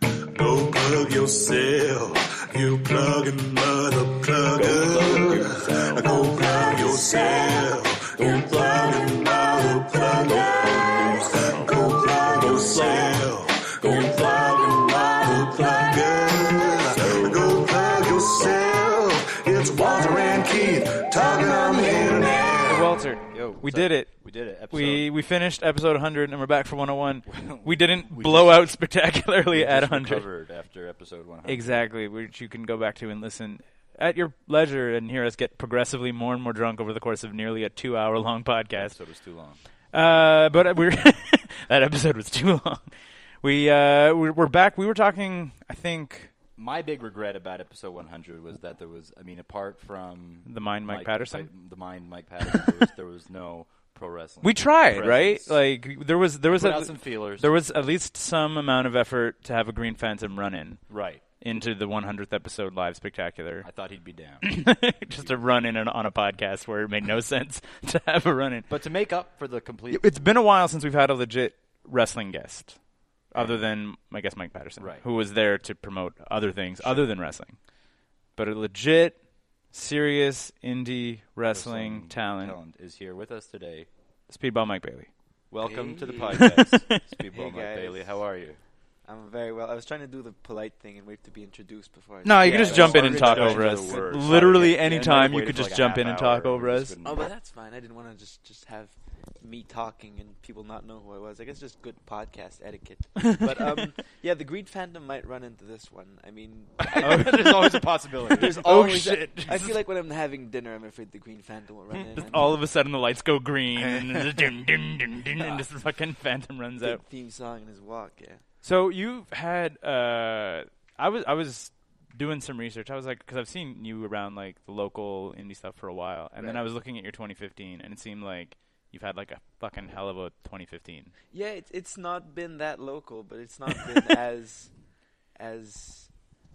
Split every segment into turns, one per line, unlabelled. Go plug yourself. You plug another plugger. Go plug yourself. You plug another plugger. Go plug yourself. Go plug another plugger. Go plug yourself. It's Walter and Keith talking on the internet.
Walter, we did it.
We did it. Episode.
We we finished episode 100 and we're back for 101. We didn't blow out spectacularly at 100.
covered after episode 100.
Exactly, which you can go back to and listen at your leisure and hear us get progressively more and more drunk over the course of nearly a 2-hour long podcast.
Episode was too long.
Uh, but we're that episode was too long. We uh we're, we're back. We were talking I think
My big regret about episode 100 was that there was, I mean, apart from
The mind Mike Patterson?
Pi- the mind Mike Patterson, there was, there was no pro wrestling.
we tried, right?
presence.
Like there was there was
Put
at-
out some feelers.
there was at least some amount of effort to have a Green Phantom run in.
right.
into the 100th episode live spectacular.
I thought he'd be down.
Just a run in on a podcast where it made no sense to have a run in. But
but to make up for the complete,
it's been a while since we've had a legit wrestling guest, other than I guess Mike Patterson,
Right.
who was there to promote other things other than wrestling. But a legit, serious indie wrestling, talent,
talent is here with us today.
Speedball Mike Bailey.
Welcome to the podcast, Speedball Mike
guys.
Bailey. How are you?
I'm very well. I was trying to do the polite thing and wait to be introduced before. I
No, you
Yeah,
can just
that's
jump in
our
and talk
introduction
over
to
us.
the word.
Literally
Yeah,
any
I
time you
waited
could
for like
just
a
jump
half
in and
hour
talk
and
over
just
us.
couldn't-
Oh, but that's fine. I didn't want to just just have me talking and people not know who I was. I guess just good podcast etiquette. but um, yeah, the Green Phantom might run into this one. I mean,
Oh,
I,
There's always a possibility.
there's always. I feel like when I'm having dinner, I'm afraid the Green Phantom will run in.
Just
and
all of a sudden the lights go green and the dun, dun, dun, dun, and this fucking phantom runs
the
out.
theme song and his walk. Yeah.
So you've had uh I was I was doing some research. I was like cuz I've seen you around like the local indie stuff for a while. And then
Right.
I was looking at your 2015 and it seemed like you've had like a fucking hell of a 2015.
Yeah, it's it's not been that local, but it's not been as as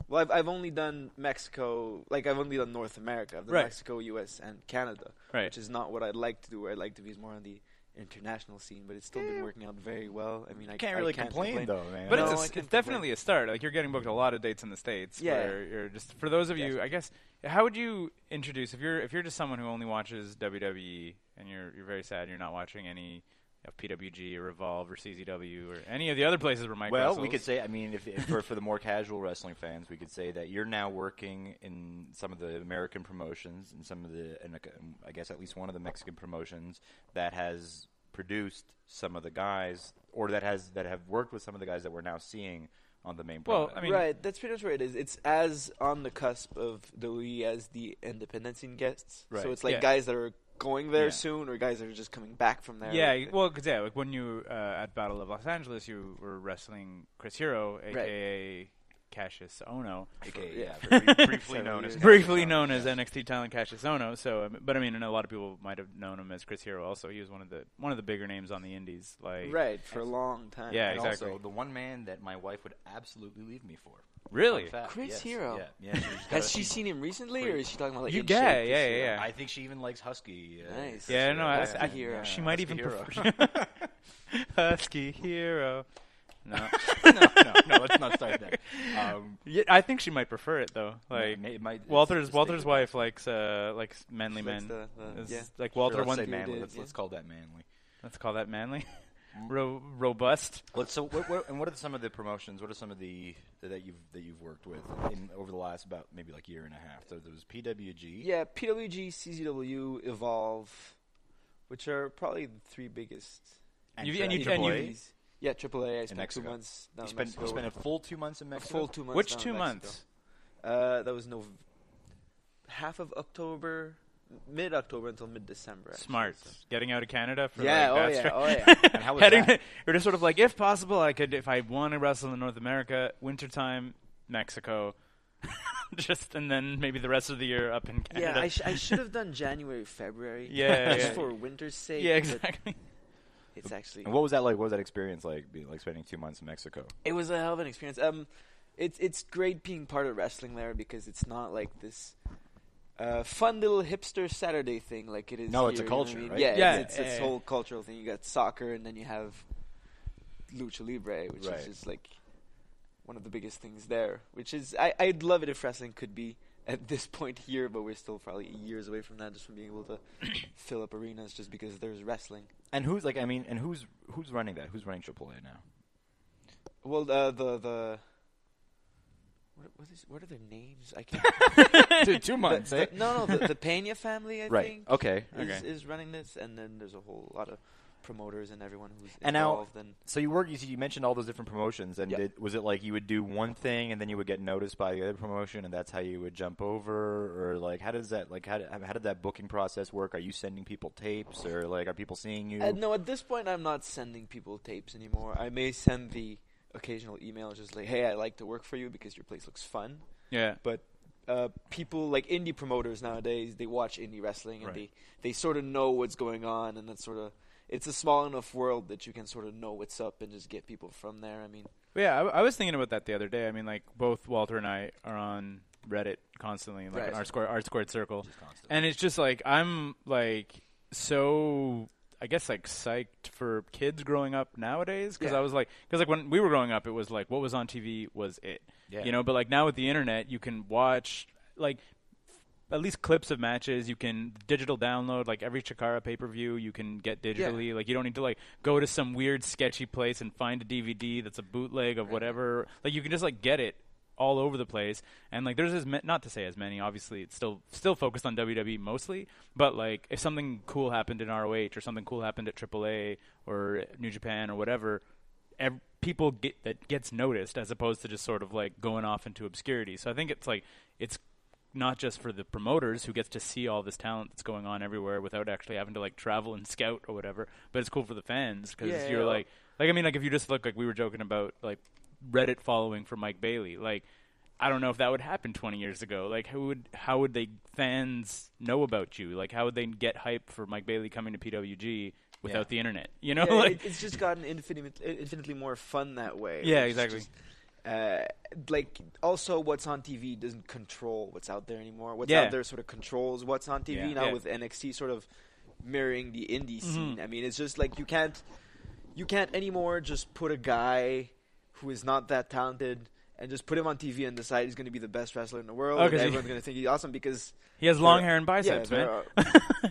well. I've I've only done Mexico, like I've only done North America. I've done
Right.
Mexico, U.S. and Canada,
Right.
which is not what I'd like to do. Where I'd like to be is more on the international scene, but it's still been working out very well. I mean, I
can't
I
really complain, though, man.
But
No, I
it's, a,
can't
it's definitely a start. Like you're getting booked a lot of dates in the states.
Yeah.
where you're just for those of you, I guess. How would you introduce if you're if you're just someone who only watches WWE and you're you're very sad you're not watching any of PWG or Revolve or CZW or any of the other places where Mike
Well, we
wrestles.
could say, I mean, if, if for, for the more casual wrestling fans, we could say that you're now working in some of the American promotions and some of the, and like, um, I guess at least one of the Mexican promotions that has produced some of the guys, or that has that have worked with some of the guys that we're now seeing on the main.
Well,
product.
I mean-
right. That's pretty much where it is. It's as on the cusp of WWE as the independent scene guests.
Right.
So it's like
Yeah.
guys that are going there
Yeah.
soon, or guys that are just coming back from there.
Yeah, well, because yeah, like when you uh, at Battle of Los Angeles, you were wrestling Chris Hero, aka Cassius Ono,
Okay,
yeah.
yeah, br- briefly
Several
known as
years.
briefly known as NXT talent Cassius Ono. So, I mean- but I mean, and a lot of people might have known him as Chris Hero. Also, he was one of the one of the bigger names on the Indies. Like,
Right for a long time.
Yeah,
And
exactly.
also the one man that my wife would absolutely leave me for.
Really?
Fun fact,
Chris
yes,
Hero.
Yeah, yeah. she's got a-
Has she seen him recently, or is she talking about like
You
in
yeah,
shape,
yeah,
this year?
yeah,
I think she even likes Husky. Uh,
Nice.
Yeah, no, I,
Husky
I,
hero.
she might
Husky
even
hero.
prefer Husky Hero. No,
no, no, no, let's not start that. Um,
yeah, I think she might prefer it though. Like
may- it might- it's-
Walter's
it's
Walter's
taken.
wife likes uh likes manly
She
men.
likes the- the-
It's
yeah.
Like
Sure,
Walter
let's
one
say
let's,
manly.
did,
Let's,
yeah.
let's call that manly.
call that manly.
Mm.
Ro- robust.
Let's, so, what, what, and what are some of the promotions? What are some of the that you've that you've worked with in over the last about maybe like year and a half? So there was PWG.
Yeah, PWG, CZW, Evolve, which are probably the three biggest.
and,
You-
Tri-
and you-
Triple
and
A.
you-
you
AAAs. Yeah, AAA. I spent two
Mexico.
months. Down in
spent you
Mexico.
spent a full two months in
a
Mexico.
full two months.
Which
down in
two
Mexico.
months?
Uh, that was no half of October, mid October until mid December.
Smart. Getting out of Canada for like
Yeah, oh yeah,
that
oh yeah.
And how was
Heading,
that?
we're just sort of like, if possible, I could, if I want to wrestle in North America, wintertime, Mexico. just and then maybe the rest of the year up in Canada.
Yeah, I, sh- I should have done January, February.
Yeah,
just
yeah.
for winter's sake.
yeah,
but
exactly.
It's actually
And what was that like? What was that experience like? Being, like spending two months in Mexico.
it was a hell of an experience. Um, it's it's great being part of wrestling there because it's not like this uh, fun little hipster Saturday thing like it is.
No, it's a
here, you know what I
culture,
mean?
right?
Yeah,
Yeah,
it's, it's
yeah,
this
yeah.
whole cultural thing. You got soccer, and then you have lucha libre, which
Right.
is just like one of the biggest things there. Which is I I'd love it if wrestling could be at this point here, but we're still probably years away from that, just from being able to fill up arenas just because there's wrestling.
And who's like? I mean, and who's who's running that? Who's running AAA now?
Well, uh, the the what, what is what are their names? I can't.
Dude, two eh?
the- the- no, no, the, the Pena family, I
Right.
think,
Okay.
is,
Okay.
is running this, and then there's a whole lot of promoters and everyone who's
And now-
involved. and
So you work. You, you mentioned all those different promotions, and
Yeah.
did, was it like you would do one thing, and then you would get noticed by the other promotion, and that's how you would jump over, or like how does that like how did, how did that booking process work? Are you sending people tapes, or like are people seeing you?
Uh, no, at this point, I'm not sending people tapes anymore. I may send the occasional email, just like, "Hey, I like to work for you because your place looks fun."
Yeah,
But uh, people like indie promoters nowadays, they watch indie wrestling and
Right.
they they sort of know what's going on, and that's sort of it's a small enough world that you can sort of know what's up and just get people from there. I mean,
But yeah. I, I was thinking about that the other day. I mean, like both Walter and I are on Reddit constantly, like
Right.
in our square art squared circle, and it's just like I'm like so. I guess like psyched for kids growing up nowadays because
Yeah.
I was like because like when we were growing up it was like what was on TV was it
Yeah.
you know but like now with the internet you can watch like at least clips of matches you can digital download like every Chikara pay per view you can get digitally like you don't need to like go to some weird sketchy place and find a DVD that's a bootleg of whatever like you can just like get it all over the place and like there's as ma- not to say as many obviously it's still still focused on WWE mostly but like if something cool happened in ROH or something cool happened at AAA or New Japan or whatever ev- people get that gets noticed as opposed to just sort of like going off into obscurity. So I think it's like it's not just for the promoters who gets to see all this talent that's going on everywhere without actually having to like travel and scout or whatever, but it's cool for the fans because
Yeah,
you're
yeah.
like like I mean like if you just look like we were joking about like Reddit following for Mike Bailey like. I don't know if that would happen 20 years ago. Like, who would, how would they fans know about you? Like, how would they get hype for Mike Bailey coming to PWG without the internet? You know,
Yeah,
like,
it, it's just gotten infinitely infinitely more fun that way.
Yeah,
which is
exactly.
just, uh, like also, what's on TV doesn't control what's out there anymore. What's
Yeah.
out there sort of controls what's on TV
Yeah.
now
Yeah. Mm-hmm.
with NXT sort of mirroring the indie scene. I mean, it's just like you can't you can't anymore just put a guy who is not that talented and just put him on TV and decide he's going to be the best wrestler in the world.
Oh,
and
'cause he-
everyone's going to think he's awesome because
He has
there-
long hair and
yeah,
biceps,
there
man.
are-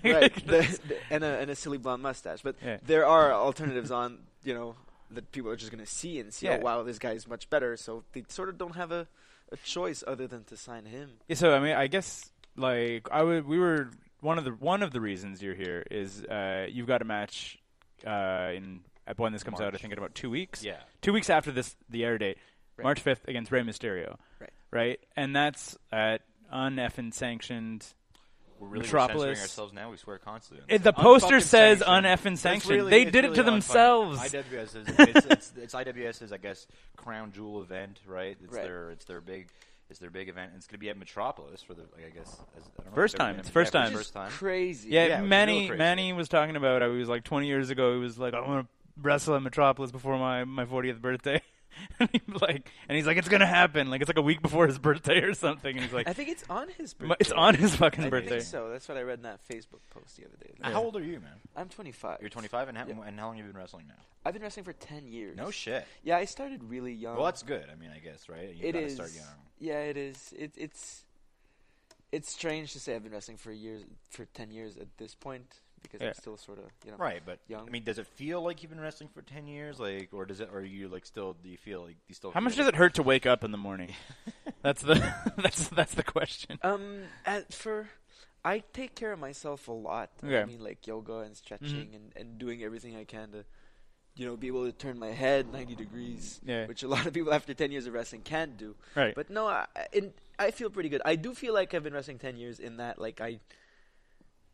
right, the- the- and, a, and a silly blonde mustache. But
Yeah.
there are alternatives on, you know, that people are just going to see and see,
Yeah.
oh, wow, this guy is much better. So they sort of don't have a, a choice other than to sign him.
Yeah, so I mean, I guess like I would. We were one of the one of the reasons you're here is uh, you've got a match uh, in at when this comes out. I think in about two weeks.
Yeah.
two weeks after this the air date, March fifth against Rey Mysterio.
Right.
right, and that's at uneffin sanctioned.
We're really
Metropolis.
censoring ourselves now. We swear constantly.
It- the poster
Un-fucking
says
sanctioned.
un-effing
It's
sanctioned. They did it to
un-fucking-
themselves.
IWS is it's, it's, it's IWS's, I guess, crown jewel event, right? It's
Right.
their it's their big it's their big event. And it's going to be at Metropolis for the like, I guess as, I don't know if
First
they're
time.
gonna-
It's first
yeah,
time.
for the
Which
First time.
Crazy.
Yeah,
Yeah, it was real
Manny
crazy.
Manny was talking about. I was like 20 years ago. He was like, I want to wrestle at Metropolis before my my 40th birthday. and he like, and he's like, it's gonna happen. Like it's like a week before his birthday or something. And he's like,
I think it's on his
"Ma-
birthday.
it's on his fucking
I
birthday.
think so. That's what I read in that Facebook post the other day.
How old are you, man?
I'm 25.
You're 25, and how,
Yeah.
and how long have you been wrestling now?
I've been wrestling for 10 years.
No shit.
Yeah, I started really young.
Well, that's good. I mean, I guess, right? You
Um, It
gotta
is.
start young.
Yeah, it is. It, it's it's strange to say I've been wrestling for years for ten years at this point because
Yeah.
I'm still sort of you know
Right, but
young.
I mean, does it feel like you've been wrestling for 10 years? Like, or does it, or are you like still, do you feel like you still
How
feel
much
like-
does it hurt to wake up in the morning? that's the that's that's the question.
um, at, for I take care of myself a lot.
Okay. Mm-hmm.
I mean, like yoga and stretching and, and doing everything I can to you know be able to turn my head ninety degrees,
Yeah.
which a lot of people after ten years of wrestling can't do.
Right.
But no, I I- in, I feel pretty good. I do feel like I've been wrestling ten years in that like I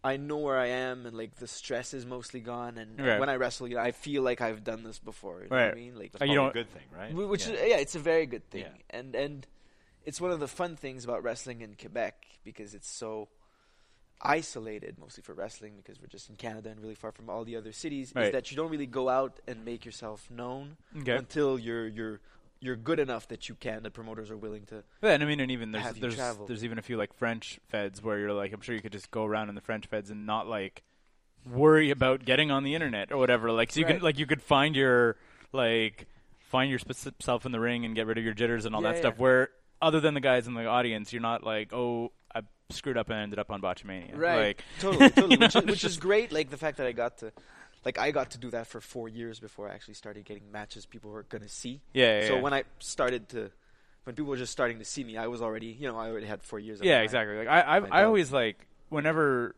I know where I am and like the stress is mostly gone and
Right.
when I wrestle, you know, I feel like I've done this before. You know what
Right.
I mean? Like
That's
Uh, you
probably a
don't-
good thing, right?
Wh- which
Yeah.
is yeah, it's a very good thing,
Yeah.
and and it's one of the fun things about wrestling in Quebec because it's so isolated, mostly for wrestling, because we're just in Canada and really far from all the other cities.
Right.
Is that you don't really go out and make yourself known
Okay.
until you're you're you're good enough that you can. The promoters are willing to.
Yeah, and I mean, and even there's
Have you
there's
traveled?
there's even a few like French feds where you're like, I'm sure you could just go around in the French feds and not like worry about getting on the internet or whatever. Like, so you
Right.
can like you could find your like find yourself in the ring and get rid of your jitters and all
Yeah,
that
yeah.
stuff. Where other than the guys in the audience, you're not like, oh, I screwed up and ended up on Botchamania. Like,
totally, totally.
you know,
which is,
it's
which is
just-
great. Like the fact that I got to, like I got to do that for four years before I actually started getting matches people were gonna see.
Yeah, yeah,
so
yeah.
when I started to, when people were just starting to see me, I was already, you know, I already had four years. under
Yeah,
my-
exactly. Like I,
my
I, I
dog.
always like whenever,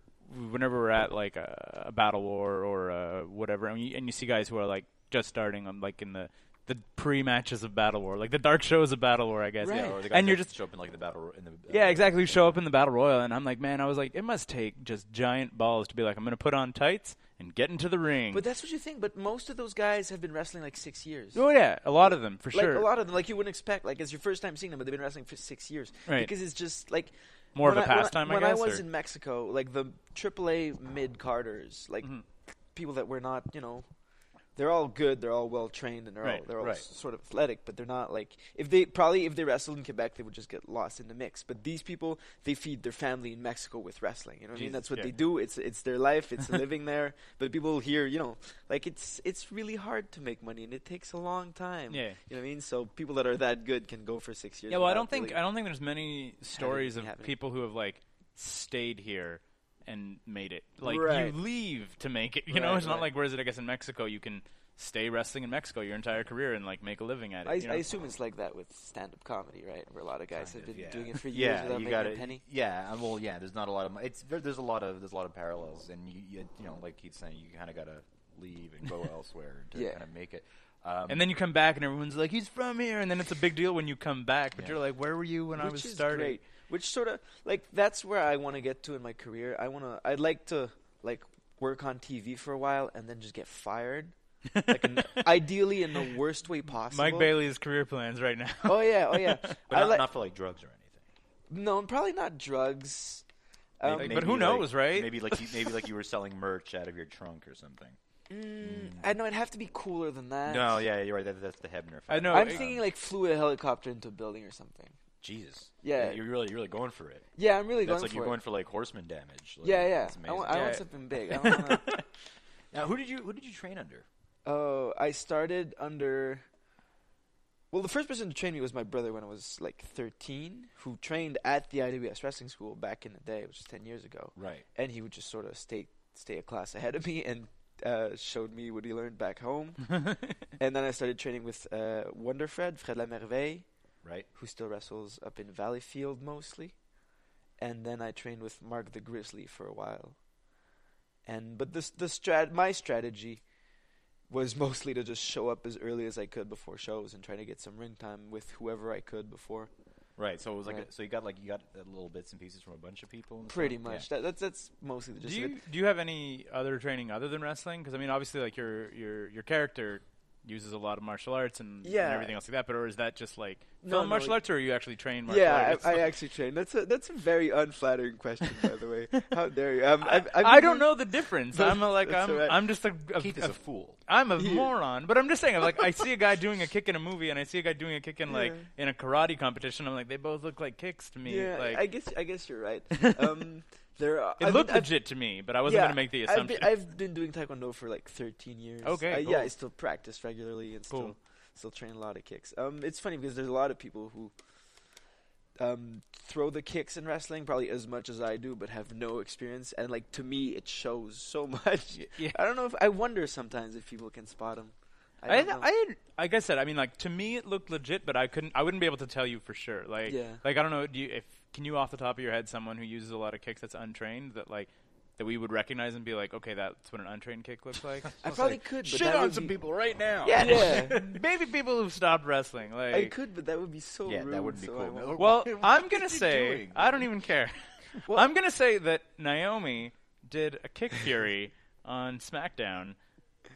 whenever we're at like a, a battle war or uh whatever, and you, and you see guys who are like just starting, um, like in the the pre matches of battle war, like the dark shows of battle war, I guess.
Yeah, or the guys
and you're
that
just
show up in like the battle in the uh,
yeah, exactly. You show up in the battle royal, and I'm like, man, I was like, it must take just giant balls to be like, I'm gonna put on tights and get into the ring.
But that's what you think. But most of those guys have been wrestling like six years.
oh yeah, a lot of them for
like
sure.
a lot of them, like you wouldn't expect. Like it's your first time seeing them, but they've been wrestling for six years.
Right.
Because it's just like
More of
when
a
I- when I-
pastime, I
When
guess,
I was
or-
in Mexico, like the AAA mid carders, like
Mm-hmm.
people that were not, you know, they're all good, they're all well trained, and they're all
Right,
they're all
right.
s- sort of athletic, but they're not like if they probably if they wrestled in Quebec, they would just get lost in the mix. But these people, they feed their family in Mexico with wrestling. You know what I mean?
Jesus,
That's what
yeah.
they do. It's it's their life. It's living there. But people here, you know, like it's it's really hard to make money, and it takes a long time.
Yeah.
You know what I mean? So people that are that good can go for six years.
Yeah, well, I
without
don't think
really-
I don't think there's many stories of
anything happening.
people who have like stayed here and made it. Like
Right.
you leave to make it. You know,
Right,
it's
right.
not like whereas it I guess in Mexico you can stay wrestling in Mexico your entire career and like make a living at it.
I,
you know?
I assume it's like that with stand-up comedy, right? Where a lot of guys have been
yeah.
doing it for years
yeah,
without
you
making
gotta,
a penny.
Yeah, and well, yeah. There's not a lot of mo- it's there, there's a lot of there's a lot of parallels, and you you, you know like Keith's saying, you kind of gotta leave and go elsewhere to
Yeah.
kind of make it. Um,
and then you come back and everyone's like, "He's from here," and then it's a big deal when you come back. But
Yeah.
you're like, "Where were you when I was
Which is
starting?"
great. Which sort of like that's where I want to get to in my career. I want to. I'd like to like work on TV for a while and then just get fired. like in, ideally in the worst way possible.
Mike Bailey's career plans right now.
Oh yeah, oh yeah.
but
I
not,
like-
not for like drugs or anything.
no, probably not drugs. Um,
Like, but who knows, right?
Maybe like you, maybe like you were selling merch out of your trunk or something.
I know it'd have to be cooler than that.
No, yeah, you're right. That, that's the Hebner.
I
fact.
know.
I'm
it-
thinking like flew a helicopter into a building or something.
Jesus.
Yeah.
you're really you're really going for it.
Yeah, I'm really
That's
going
like
for
you're
it.
going for like horseman damage. Like,
yeah, yeah.
it's
I want,
amazing.
I want
Yeah.
something big. I want
Now, who did you who did you train under?
Oh, I started under. Well, the first person to train me was my brother when I was like 13, who trained at the IWS wrestling school back in the day, which was 10 years ago.
Right.
And he would just sort of stay stay a class ahead of me and uh, showed me what he learned back home. and then I started training with uh, Wonder Fred, Fred La Merveille,
Right.
who still wrestles up in Valleyfield mostly. And then I trained with Mark the Grizzly for a while. And but this the strat my strategy was mostly to just show up as early as I could before shows and try to get some ring time with whoever I could before.
Right. So it was like
Right.
a, so you got like you got uh, little bits and pieces from a bunch of people. and
Pretty
stuff?
much.
Yeah.
That, that's that's mostly the
Do
gist of
you
it.
do you have any other training other than wrestling? Because I mean, obviously, like your your your character uses a lot of martial arts and, and
Yeah.
everything else like that. But or is that just like
No,
film
no,
martial
it-
arts, or are you actually trained martial
Yeah,
arts?
I, I actually trained. That's a that's a very unflattering question, by the way. How dare you? Um, I've, I've
I don't
been doing-
know the difference. I'm a, like
That's
I'm
all right.
I'm just a, a,
Keith is a fool.
I'm a moron, but I'm just saying. I'm like I see a guy doing a kick in a movie, and I see a guy doing a kick in like
Yeah.
in a karate competition. I'm like they both look like kicks to me.
Yeah,
like
I guess I guess you're right. Um, there are.
it
I've-
looked
I've-
legit to me, but I wasn't gonna make the
I've
assumption.
been, I've been doing taekwondo for like 13 years.
Okay,
I- Yeah,
cool.
I still practice regularly and still
Cool.
still train a lot of kicks. Um, it's funny because there's a lot of people who um throw the kicks in wrestling probably as much as I do, but have no experience. And like to me, it shows so much.
Yeah.
I don't know if I wonder sometimes if people can spot them.
I,
I, don't know.
I, like I said, I mean, like to me, it looked legit, but I couldn't, I wouldn't be able to tell you for sure. Like,
Yeah.
like I don't know, do you, if can you off the top of your head someone who uses a lot of kicks that's untrained that like that we would recognize and be like, okay, that's what an untrained kick looks like.
I probably could. But
Shit
that
on
would
some
be-
people right now.
Yeah, yeah.
Maybe people who've stopped wrestling, like,
I could, but that would be so
Yeah,
rude.
that wouldn't be
so I
cool.
won't.
Well,
What
I'm
are
gonna
you
say
doing?
I don't even care.
Well-
I'm gonna say that Naomi did a kick fury on SmackDown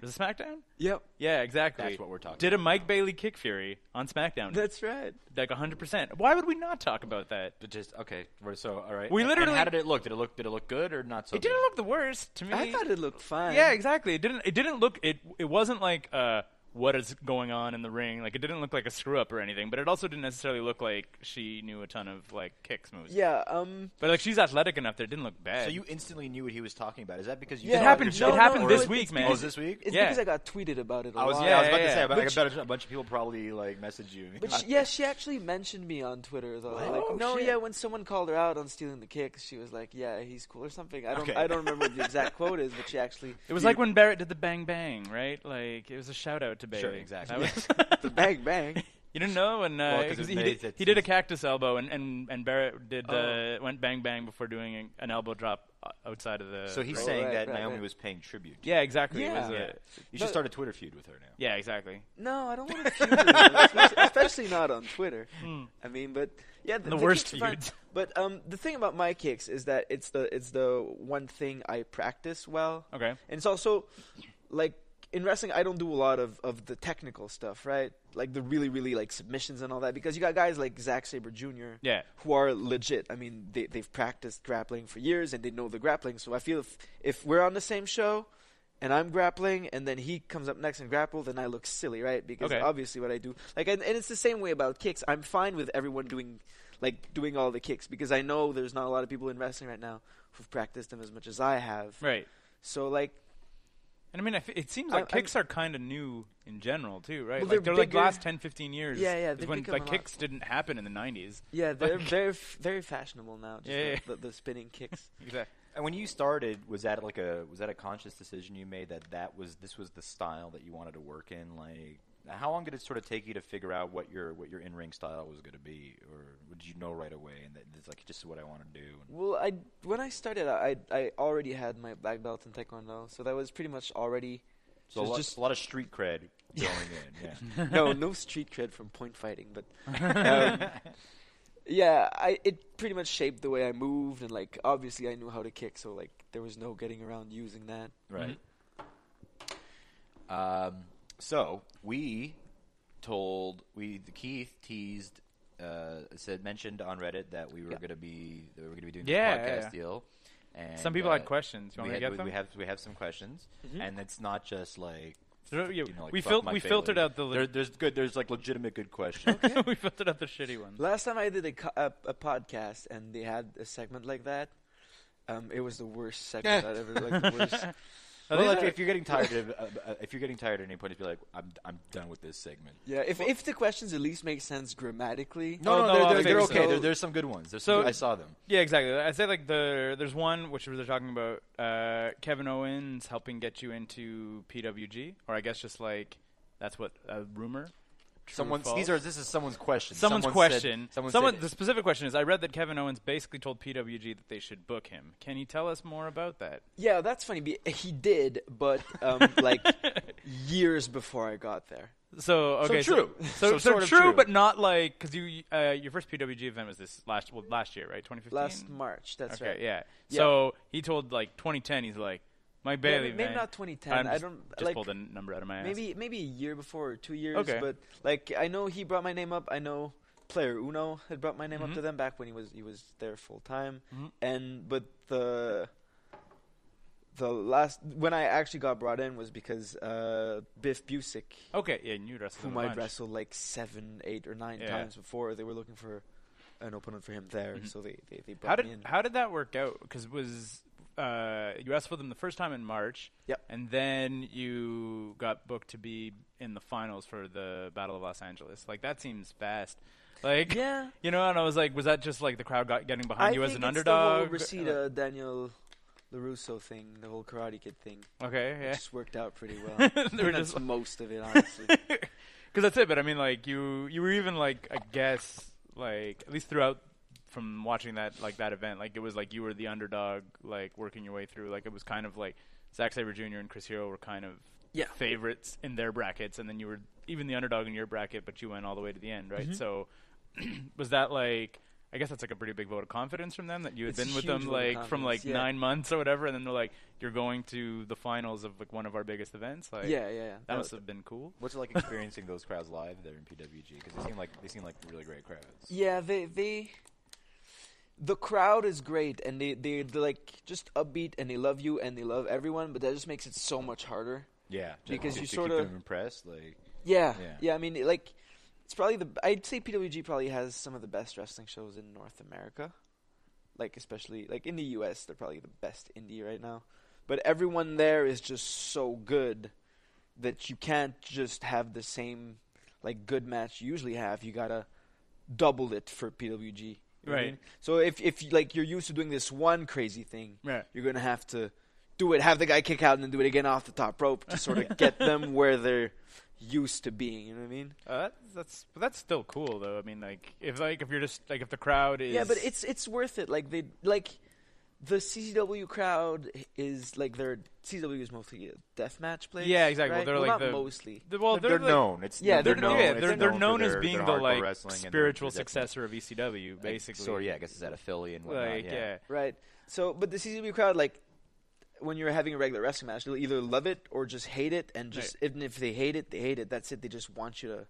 Was it SmackDown?
Yep.
Yeah, exactly.
That's what we're talking
Did a Mike Bailey kick Fury on SmackDown?
That's right.
like 100%. Why would we not talk about that?
But just okay. We're so all right.
We
And-
literally-
And how did it look? Did it look? Did it look good or not so?
It didn't
good?
look the worst to me.
I thought it looked fine.
Yeah, exactly. It didn't. It didn't look. It. It wasn't like uh, what is going on in the ring. Like it didn't look like a screw up or anything. But it also didn't necessarily look like she knew a ton of like kicks moves.
Yeah. Um.
But like she's athletic enough that it didn't look bad.
So you instantly knew what he was talking about. Is that because you?
Yeah.
saw
it happened.
No,
it
no,
happened
no,
this
it's
week, man.
Oh, was this week?
It's
Yeah.
because I got tweeted about it a
I was.
lot.
Yeah, I was about to
yeah,
say. But I
But
bet a bunch of people probably like messaged you.
But she, yeah, she actually mentioned me on Twitter though. Like,
Oh,
no,
shit.
yeah, when someone called her out on stealing the kicks, she was like, "Yeah, he's cool" or something. I don't,
Okay.
I don't remember what the exact quote is, but she actually
It was like when Barrett did the bang bang, right? Like it was a shout out to Bailey.
Sure, exactly.
That was-
bang bang.
you didn't know, and uh,
Well, 'cause it
'cause
was
he,
made
did,
that-
he did a cactus elbow, and and, and Barrett did
Oh.
uh, went bang bang before doing an- an elbow drop o- outside of the.
So he's
Right,
saying
right,
that
right,
Naomi
right.
was paying tribute.
yeah, exactly. It
Yeah.
was a-
Yeah.
You should
But-
start a Twitter feud with her now.
yeah, exactly.
No, I don't want to feud with her, especially- especially not on Twitter. I mean, but yeah, the,
Hmm. The worst
kicks are fine.
feuds.
But um, the thing about my kicks is that it's the it's the one thing I practice well.
Okay.
and it's also like in wrestling, I don't do a lot of of the technical stuff, right? Like the really really like submissions and all that, because you got guys like Zack Saber Jr.
Yeah.
who are legit. I mean, they they've practiced grappling for years and they know the grappling. So I feel if if we're on the same show. And I'm grappling, and then he comes up next and grapple. Then I look silly, right? Because
Okay.
obviously what I do. Like, and, and it's the same way about kicks. I'm fine with everyone doing, like, doing all the kicks because I know there's not a lot of people in wrestling right now who've practiced them as much as I have.
Right.
So, like,
And I mean, I f- it seems
I-
like
I'm-
kicks are kind of new in general too, right?
Well,
like
they're
they're like
bigger.
last 10, 15 years.
Yeah, yeah,
is
they've
when
become
like
a lot-
kicks didn't happen in the nineties.
yeah, they're
Like-
very, f- very fashionable now. Just
Yeah, yeah.
The, the, the spinning kicks.
Exactly.
And when you started, was that like a was that a conscious decision you made that that was this was the style that you wanted to work in? Like, how long did it sort of take you to figure out what your what your in ring style was going to be, or did you know right away and that it's like just what I want to do? And
Well, I when I started, I I already had my black belt in taekwondo, so that was pretty much already.
so a
it's
lot,
just
a lot of street cred going in. Yeah.
no, no street cred from point fighting, but um, yeah, I it pretty much shaped the way I moved, and like obviously I knew how to kick, so like there was no getting around using that.
Right.
Mm-hmm.
Um, so we told we Keith teased uh, said mentioned on Reddit that we were going to be that we were going to be doing
Yeah, yeah,
this podcast
yeah.
deal. And,
Some people
uh,
had questions. You want
we
me to get
had- we,
them?
We have we have some questions, and it's not just like.
So, yeah,
you know, like,
we
fuck
fil-
my
we filtered
Bailey.
out the le-
There- there's good there's like legitimate good questions.
we filtered out the shitty ones.
Last time I did a, co- a, a podcast and they had a segment like that, um, it was the worst segment I've ever like the worst.
well,
think
if,
that-
if you're getting tired of uh, uh, if you're getting tired at any point, just be like I'm I'm done with this segment.
Yeah, if if the questions at least make sense grammatically.
Oh, no, I
they're, they're,
think
they're
so.
okay. There, there's some good ones. There's some
So-
good- I saw them.
Yeah, exactly. I say like the there's one which we were talking about uh, Kevin Owens helping get you into PWG, or I guess just like that's what a rumor. True or
Someone's
false?
these are this is someone's question.
Someone's
Someone said-
question.
someone
someone.
said-
the specific question is: I read that Kevin Owens basically told PWG that they should book him. Can you tell us more about that?
Yeah, that's funny. be- He did, but um, like years before I got there.
So okay,
true.
So, so,
So sort of
true,
true.
but not like because you uh, your first PWG event was this last well last year, right? Twenty fifteen.
Last March, that's
Okay,
right.
yeah.
Yeah.
So he told like 2010. He's like Mike Bailey.
maybe
man,
not 2010,
I'm
I
just-
don't-
just
like,
pulled a number out of my ass.
Maybe maybe a year before or two years.
Okay.
But like I know he brought my name up. I know player Uno had brought my name
Mm-hmm.
up to them back when he was he was there full time. And but the the last when I actually got brought in was because uh, Biff Busick,
Okay, yeah, and you wrestled
whom
him a
I'd
bunch.
wrestled like seven, eight, or nine
Yeah. Mm-hmm.
times before, they were looking for an opponent for him there. So they they, they brought
How
me
did
in.
how did that work out? Because was uh, you wrestled him the first time in March?
Yep.
And then you got booked to be in the finals for the Battle of Los Angeles. Like that seems fast. Like
Yeah.
you know. And I was like, was that just like the crowd got getting behind you as an
think it's
underdog? Uh,
The whole Reseda Daniel Larusso thing, the whole Karate Kid thing,
Okay, yeah.
just worked out pretty well.
They were
that's
just-
most of it, honestly.
Because that's it. But I mean, like you, you were even like I guess like at least throughout from watching that like that event, like it was like you were the underdog, like working your way through. Like it was kind of like Zack Saber Jr. and Chris Hero were kind of
Yeah.
favorites in their brackets, and then you were
Mm-hmm.
even the underdog in your bracket, but you went all the way to the end, right? So was that like I guess that's like a pretty big vote of confidence from them that you had
It's a
been with
huge
them
vote of
like from like
confidence, yeah.
nine months or whatever, and then they're like, "You're going to the finals of like one of our biggest events." Like,
yeah, yeah, yeah.
that must have been cool.
What's it like experiencing those crowds live there in PWG? Because they seem like they seem like really great crowds.
Yeah, they they the crowd is great and they they they're like just upbeat and they love you and they love everyone, but that just makes it so much harder.
Yeah, just
Because
to,
you
to
sorta-
keep them impressed. Like
Yeah,
Yeah.
yeah. I mean, it, like it's probably the I'd say PWG probably has some of the best wrestling shows in North America. Like especially like in the US, they're probably the best indie right now. But everyone there is just so good that you can't just have the same like good match you usually have. You got to double it for PWG. you know what I
Right.
mean? So if if you- like you're used to doing this one crazy thing,
Right.
you're gonna have to do it, have the guy kick out, and then do it again off the top rope to sort of get them where they're used to being. You know what I mean?
Uh, that's- that's but that's still cool though. I mean, like if like if you're just like if the crowd is
Yeah, but it's it's worth it. Like they like the CCW crowd is like their CCW is mostly a deathmatch place.
yeah exactly.
right?
They're
Well,
like
not
the,
mostly.
the- well,
they're,
they're, like,
known. It's
Yeah,
They're,
They're known-
yeah,
it's
they're,
known
they're
for
known as
their-
being
their
the
hardcore
like
wrestling and their-
spiritual
their death
successor of ECW, basically.
So yeah, I guess it's at a Philly and whatnot.
like yeah.
yeah.
Right. So, but the CCW crowd, like, when you're having a regular wrestling match, they'll either love it or just hate it, and just even if they hate it, they hate it. That's it. They just want you to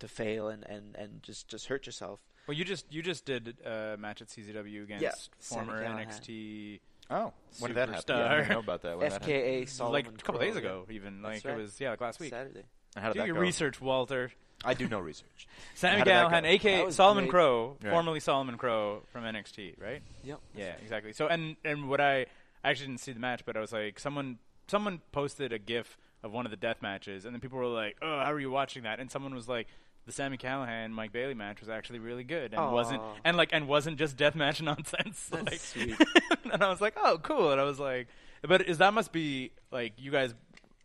to fail and and and just just hurt yourself.
Well, you just you just did uh, a match at CZW against
Sammy
former
Callahan.
NXT
Oh, when did that happen? Yeah, I
Superstar.
didn't know about that. When did that happened?
FKA Solomon
like a couple
Crow,
days
yeah.
ago, even like
That's
it
right.
was yeah, like last week.
Saturday.
How did
Do
that
your
go?
research, Walter.
I do no research.
Sammy
How did that
Callahan,
go?
That
aka
was
Solomon
great.
Crow,
Right.
formerly Solomon Crow from NXT, right?
Yep.
Yeah, exactly. So and and what I I actually didn't see the match, but I was like someone someone posted a gif of one of the death matches, and then people were like, "Oh, how are you watching that?" And someone was like. The Sammy Callahan Mike Bailey match was actually really good and wasn't
Aw.
and like and wasn't just death match nonsense. like,
sweet.
and I was like, oh, cool. And I was like, but is that must be like you guys,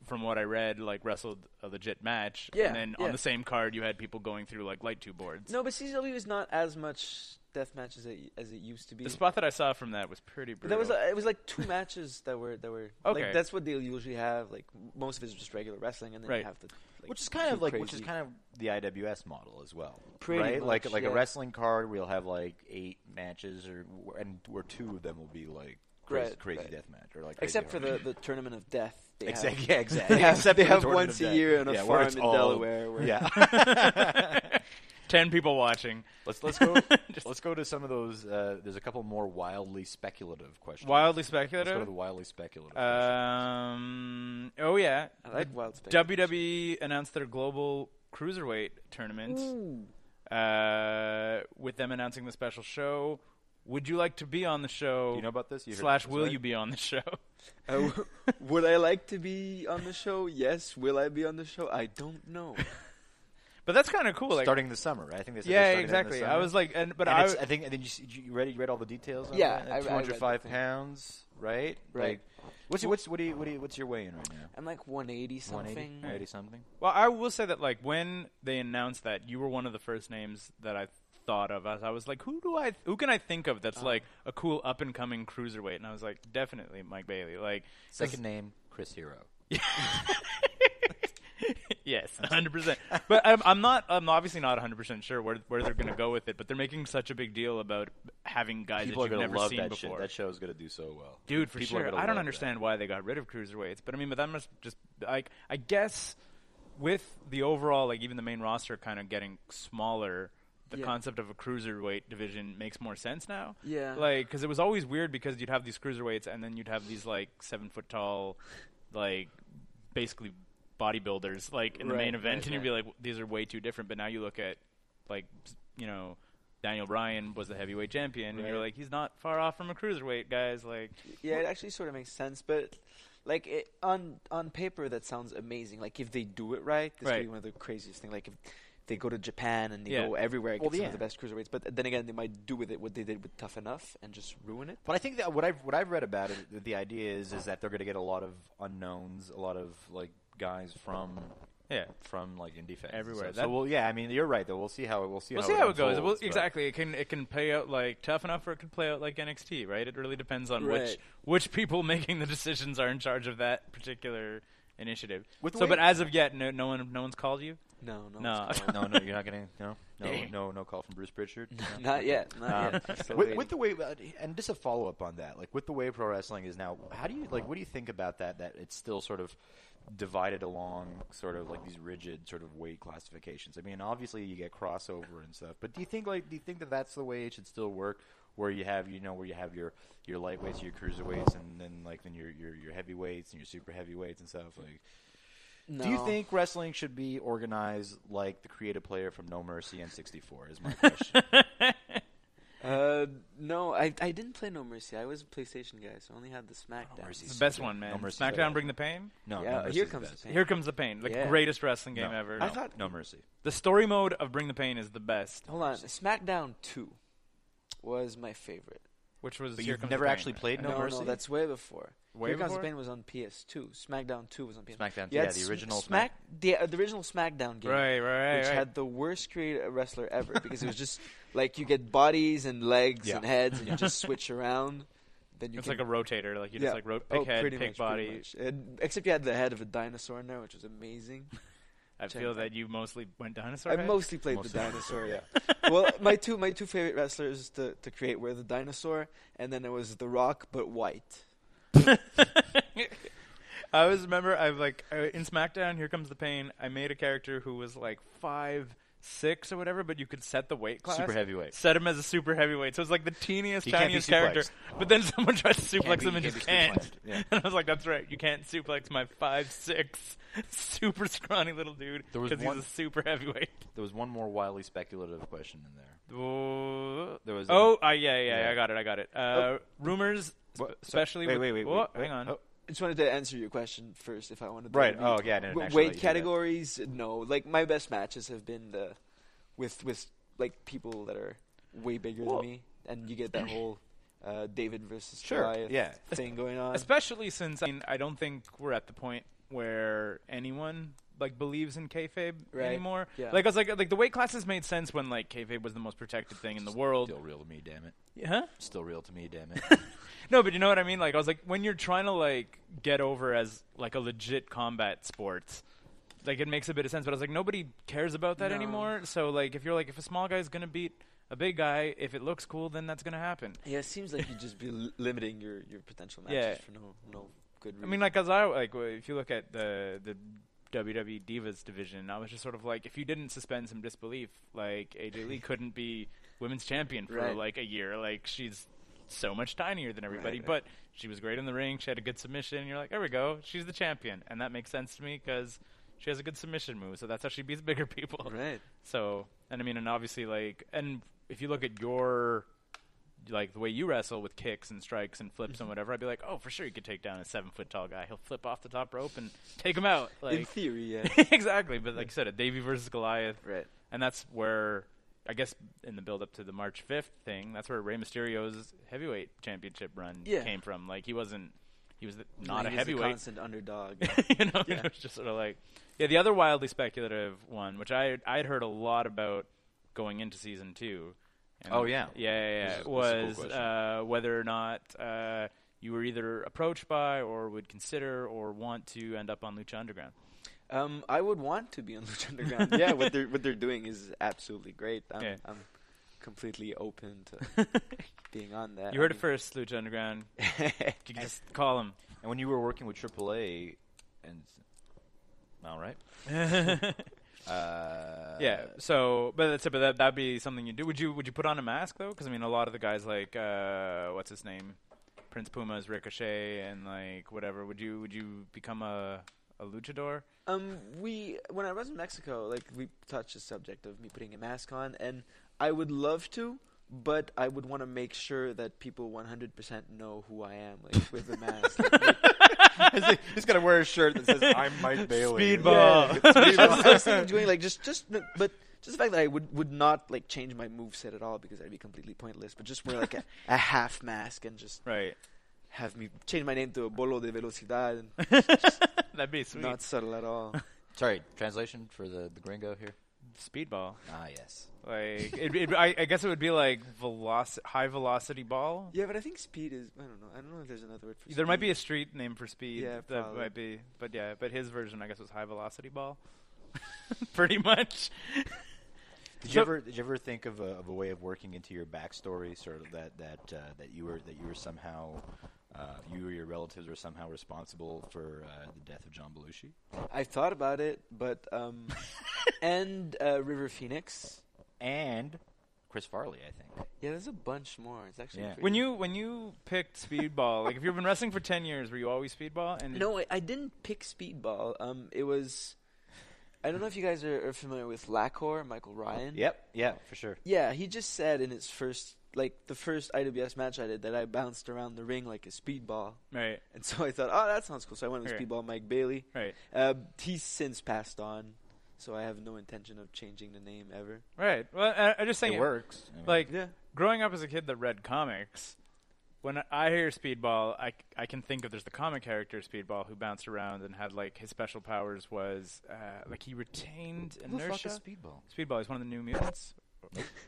from what I read, like wrestled a legit match.
Yeah,
And then
yeah.
on the same card, you had people going through like light tube boards.
No, but CCW is not as much death match as it, as it used to be.
The spot that I saw from that was pretty
But
brutal.
that was uh, it was like two matches that were that were
Okay.
like that's what they usually have like most of it's just regular wrestling and then
Right.
you have the like,
which is kind of
two
like which is
crazy-
kind of the IWS model as well,
Pretty
right? like
much,
like a
yeah.
wrestling card, we'll have like eight matches, or and where two of them will be like crazy,
Right,
crazy
right.
death match, or like
except for
crazy
the the tournament of death. They have.
Exactly. Yeah, exactly.
They have,
Except
they
for the
have
Tournament of
once a
Death.
year on a
Yeah, where
farm
it's
in
all-
Delaware. Where
Yeah.
ten people watching.
let's let's go let's go to some of those. Uh, there's a couple more wildly speculative questions.
Wildly
Let's go to
speculative.
the wildly speculative.
Uh,
Um. Oh yeah.
I like wild speculation.
WWE announced their global cruiserweight tournament. Uh, with them announcing the special show. Would you like to be on the show?
Do you know about this? You heard
slash,
this,
will
right?
you be on the show?
Uh, w- would I like to be on the show? Yes. Will I be on the show? I don't know.
But that's kind of cool. Like,
starting this summer, right? I think they said
yeah,
they're starting it in
exactly.
the
I
summer.
was like, and but
and
I,
it's, I think and then you, s- you read you read all the details. On
Yeah,
that?
I- I read
two
the
hundred five
thing.
pounds, right?
Right.
Like, what's your, what's what do you, what do you, what's your weigh in right now?
I'm like 180
180,
something.
180 something.
well, I will say that like when they announced that, you were one of the first names that I thought of. As I was like, who do I, who can I think of
Uh-huh.
that's like a cool up and coming cruiserweight? And I was like, definitely Mike Bailey. Like, 'cause-
Second name Chris Hero.
Yes, hundred percent. But I'm, I'm not. I'm obviously not hundred percent sure where where they're going to go with it. But they're making such a big deal about having guys
People are
that you've
gonna
never
love
seen
that
before.
shit. That show's gonna do so well,
Dude, for
People are
sure.
gonna
I don't
love
understand why they got rid of cruiserweights, but I mean, but that must just like I guess with the overall like even the main roster kind of getting smaller, the
Yeah.
concept of a cruiserweight division makes more sense now.
Yeah.
like because it was always weird because you'd have these cruiserweights and then you'd have these like seven foot tall, like basically bodybuilders like in the main
Right,
event,
right,
and you'd
right.
be like, these are way too different. But now you look at like you know. Daniel Bryan was the heavyweight champion, and you're
Right.
like, he's not far off from a cruiserweight, guys. Like,
Yeah, it actually sort of makes sense, but like it, on on paper that sounds amazing. Like if they do it right, this
Right.
could be one of the craziest thing. Like if they go to Japan and they
Yeah.
go everywhere, and
Well,
get some
yeah.
of the best cruiserweights. But then again, they might do with it what they did with Tough Enough and just ruin it.
But I think that what I've what I've read about it, the- the idea is is that they're gonna get a lot of unknowns, a lot of like guys from
yeah,
from like indie fans and
Everywhere.
stuff.
That-
So well, yeah, I mean, you're right though. We'll see how we'll see
We'll
how
see
it
how it goes.
unfolds,
Well,
but-
exactly. It can it can play out like tough enough, or it could play out like NXT, right? It really depends on which
Right.
which people making the decisions are in charge of that particular initiative.
With
so, but
Wade?
as of yet, no, no one, no one's called you.
No, no.
No.
it's
no, no, you're not getting no, no, no, no call from Bruce Pritchard.
cool. not yet. Not
Um,
yet. I'm still
with,
waiting.
with the way, uh, and just a follow up on that, like with the way pro wrestling is now, how do you like? What do you think about that? That it's still sort of divided along sort of like these rigid sort of weight classifications. I mean, obviously you get crossover and stuff, but do you think like do you think that that's the way it should still work? Where you have you know where you have your your lightweights, your cruiserweights, and then like then your your your heavyweights and your super heavyweights and stuff like. Do you
No.
think wrestling should be organized like the creative player from No Mercy and 64? Is my question.
Uh, no, I I didn't play No Mercy. I was a PlayStation guy, so I only had the SmackDown.
Mercy's
It's the best
so good.
one, man.
No Mercy's
SmackDown,
better.
Bring the Pain.
No,
Yeah,
no Mercy's
here
the
comes the
best.
pain.
Here comes the pain, the
Yeah.
greatest wrestling game
No.
ever.
I thought-
no mercy.
the story mode of Bring the Pain is the best,
Hold on, SmackDown Two was my favorite.
which was
But
Here
you've
Comes
never
the Pain,
actually
right?
played No
no,
Mercy?
no, that's way before.
Way
Here Comes the
before?
Pain was on PS2. SmackDown 2 was on PS2.
SmackDown,
You had
yeah, the
Sm-
original
Smack, the, uh, the original SmackDown game,
Right, right, right,
which
right.
had the worst creative wrestler ever because it was just like you get bodies and legs
Yeah.
and heads and you just switch around. Then you
It's
can,
like a rotator, like you
yeah.
just like wrote big
oh,
head,
pretty
big
much, pretty
body.
much. And- except you had the head of a dinosaur in there, which was amazing.
I feel that you mostly went dinosaur.
I
head.
mostly played the dinosaur. Yeah. well, my two my two favorite wrestlers to, to create were the dinosaur and then it was The Rock, but white.
I always remember I like uh, in SmackDown. Here comes the pain. I made a character who was like five six or whatever, but you could set the weight class.
Super heavyweight.
Set him as a super heavyweight. So it's like the teeniest,
He can't be
tiniest character.
suplexed.
But then someone tried to suplex
be-
him and
he
just
can't be
can't.
suplexed. Yeah.
And I was like, that's right. You can't suplex my five six super scrawny little dude
There was
because he's
one-
a super heavyweight.
There was one more wildly speculative question in there.
Oh,
There was
oh, uh, yeah, yeah, yeah,
Yeah. Oh.
I got it, I got it. Uh, Rumors,
What? So-
especially
wait,
with-
wait, wait, wait.
Whoa,
wait.
hang on.
Oh,
I just wanted to answer your question first, if I wanted. To
Right,
Maybe-
oh, yeah, I didn't actually
W-
let
weight
you do that.
categories, no. Like my best matches have been the with with like people that are way bigger
Well-
than me, and you get that whole uh, David versus
Sure,
Goliath
yeah.
thing going on.
Especially since I, mean, I don't think we're at the point where anyone like believes in kayfabe
Right.
anymore.
Yeah.
Like I was like like the weight classes made sense when like kayfabe was the most protected thing in the world.
Still real to me, damn it.
Huh?
Still real to me, damn it.
No, but you know what I mean. Like I was like when you're trying to like get over as like a legit combat sports. Like it makes a bit of sense, but I was like nobody cares about that
No.
anymore. So like if you're like if a small guy's gonna beat a big guy, if it looks cool, then that's gonna happen.
yeah, it seems like you just be li- limiting your your potential matches
Yeah.
for no no good
I
reason.
mean, like as I like, w- if you look at the the WWE Divas division, I was just sort of like, if you didn't suspend some disbelief, like AJ Lee couldn't be women's champion for
Right.
like a year. Like she's so much tinier than everybody,
right.
but she was great in the ring. She had a good submission. And you're like, there we go, she's the champion, and that makes sense to me because she has a good submission move. So that's how she beats bigger people.
right?
So, and I mean, and obviously, like, and if you look at your, like, the way you wrestle with kicks and strikes and flips
Mm-hmm.
and whatever, I'd be like, oh, for sure, you could take down a seven foot tall guy. He'll flip off the top rope and take him out.
In
Like,
theory, yeah.
exactly. But like you said, a Davy versus Goliath,
right.
and that's where. I guess in the build up to the March 5th thing, that's where Rey Mysterio's heavyweight championship run
Yeah.
came from. Like he wasn't he was the, not
Like,
a
he's the
heavyweight
constant underdog.
you know, it was just sort of like, yeah. The other wildly speculative one, which I I had heard a lot about going into season two. and-
Oh, yeah.
yeah, yeah, yeah,
This is- this is a
was
cool question.
uh, whether or not uh, you were either approached by or would consider or want to end up on Lucha Underground.
Um, I would want to be on Lucha Underground. yeah, what they're what they're doing is absolutely great. I'm,
Yeah.
I'm completely open to being on that.
You heard it first, Lucha Underground.
first.
You can just call him.
and when you were working with AAA, and all right, uh,
Yeah. So, but that's it. But that that'd be something you do. Would you would you put on a mask though? Because I mean, a lot of the guys like uh, what's his name, Prince Puma's Ricochet and like whatever. Would you would you become a a luchador?
um, we when I was in Mexico, like we touched the subject of me putting a mask on, and I would love to, but I would want to make sure that people 100% know who I am, like with the mask.
he's gonna wear a shirt that says "I'm Mike Bailey."
Speedball.
I was, I was thinking of doing like just just no, but just the fact that I would would not like change my move set at all because that'd be completely pointless. But just wear like a, a half mask and just
Right.
have me change my name to a bolo de velocidad and
That'd be sweet.
not subtle at all.
Sorry, translation for the the gringo here.
Speedball.
Ah, yes.
Like it, it, I, I guess it would be like veloci- high velocity ball.
Yeah, but I think speed is. I don't know. I don't know if there's another word for.
There might be a
speed.
street name for speed.
Yeah,
that
probably.
might be. But yeah, but his version, I guess, was high velocity ball. Pretty much.
Did
So-
you ever did you ever think of a, of a way of working into your backstory, sort of that that uh, that you were that you were somehow uh, you or your relatives were somehow responsible for uh, the death of John Belushi?
I thought about it, but um, and uh, River Phoenix.
and Chris Farley, I think.
Yeah, there's a bunch more. It's actually
Yeah.
pretty-
When you when you picked speedball, like if you've been wrestling for ten years, were you always speedball? And
No, I, I didn't pick speedball. Um, it was. I don't know if you guys are, are familiar with Lacor, Michael Ryan.
Yep, yeah, for sure.
Yeah, he just said in his first, like the first IWS match I did, that I bounced around the ring like a speedball,
right,
and so I thought, oh, that sounds cool. So I went with
Okay.
speedball Mike Bailey.
right,
Uh, he's since passed on, so I have no intention of changing the name ever.
right. Well, I, I just saying
It works. I mean,
Like
Yeah.
growing up as a kid that read comics, when I hear Speedball, I, I can think of there's the comic character Speedball who bounced around and had like his special powers was uh, like he retained
who the fuck
inertia.
is Speedball?
Speedball is one of the new mutants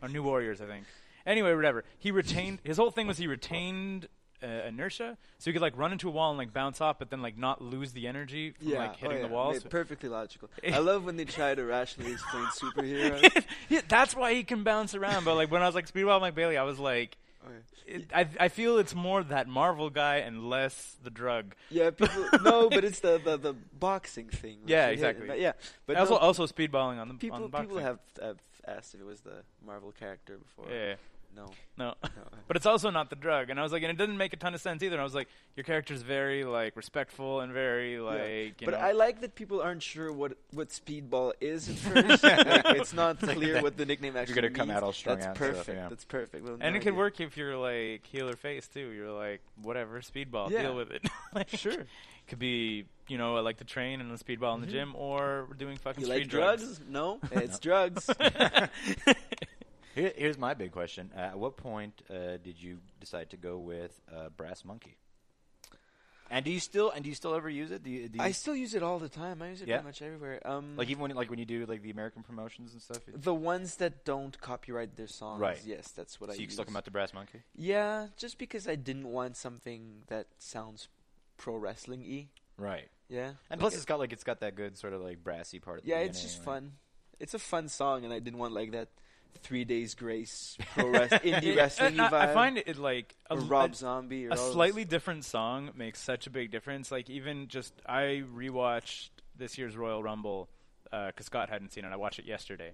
or new warriors, I think. Anyway, whatever. He retained his whole thing was he retained uh, inertia, so he could like run into a wall and like bounce off, but then like not lose the energy from like
oh
hitting the
yeah,
walls.
ma- perfectly logical. I love when they try to rationally explain superheroes.
yeah, that's why he can bounce around. But like when I was like Speedball Mike Bailey, I was like,
Okay.
it, I I feel it's more that Marvel guy and less the drug.
Yeah, people. no, but it's the, the, the boxing thing. like
Yeah,
you hit
exactly.
and that- yeah, but
also
no,
also speedballing on the on
people
the box
people
thing.
have, have asked if it was the Marvel character before.
yeah
No.
no.
no.
But it's also not the drug, and I was like, and it didn't make a ton of sense either. And I was like, your character's very like respectful and very like,
Yeah.
you
but
know,
I like that people aren't sure what, what speedball is at first. like, it's not clear what the nickname actually
gonna come
means.
out all strung
That's
out, so,
perfect.
yeah.
That's perfect. Well,
and
no
it could
idea.
work if you're like heel or face too. You're like, whatever, speedball,
Yeah.
deal with it. like,
Sure. Mm-hmm.
could be you know like the train and the speedball in the gym, or we're doing fucking
You
street
like drugs? No, it's drugs.
Here, here's my big question: uh, At what point uh, did you decide to go with uh, Brass Monkey? And do you still and do you still ever use it? Do you, do you
I still use it all the time. I use it
Yeah.
pretty much everywhere. Um,
like even when like when you do like the American promotions and stuff?
the ones that don't copyright their songs.
Right.
Yes, that's what
so
I
you
use.
still come out to Brass Monkey?
Yeah, just because I didn't want something that sounds pro wrestling y.
Right.
Yeah.
And
Like
plus,
it-
it's got like it's got that good sort of like brassy part. At the
yeah, it's
beginning,
just
like-
fun. It's a fun song, and I didn't want like that Three Days Grace pro rest- indie wrestling
And I,
vibe.
I find it like a
or
l-
Rob Zombie or
a
all those-
slightly different song makes such a big difference. Like even just I rewatched this year's Royal Rumble because Scott hadn't seen it. I watched it yesterday,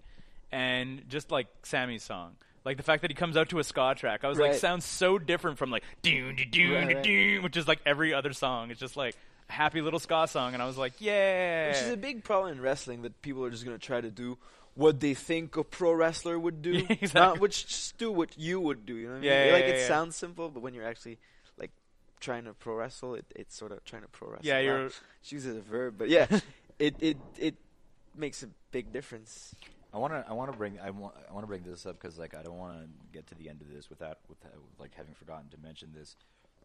and just like Sammy's song. Like the fact that he comes out to a ska track, I was like,
Right.
sounds so different from like doon doo doon
Right,
doo
right.
doon, which is like every other song. It's just like a happy little ska song, and I was like, yeah.
Which is a big problem in wrestling that people are just going to try to do what they think a pro wrestler would do,
Yeah, exactly.
not which just do what you would do. You know what I mean?
Yeah, yeah,
like it
yeah, yeah.
sounds simple, but when you're actually like trying to pro wrestle, it, it's sort of trying to pro wrestle.
Yeah, you're-
She uses a verb, but yeah, it it it makes a big difference.
I want to. I want to bring. I want. I want to bring this up because, like, I don't want to get to the end of this without, without, like, having forgotten to mention this.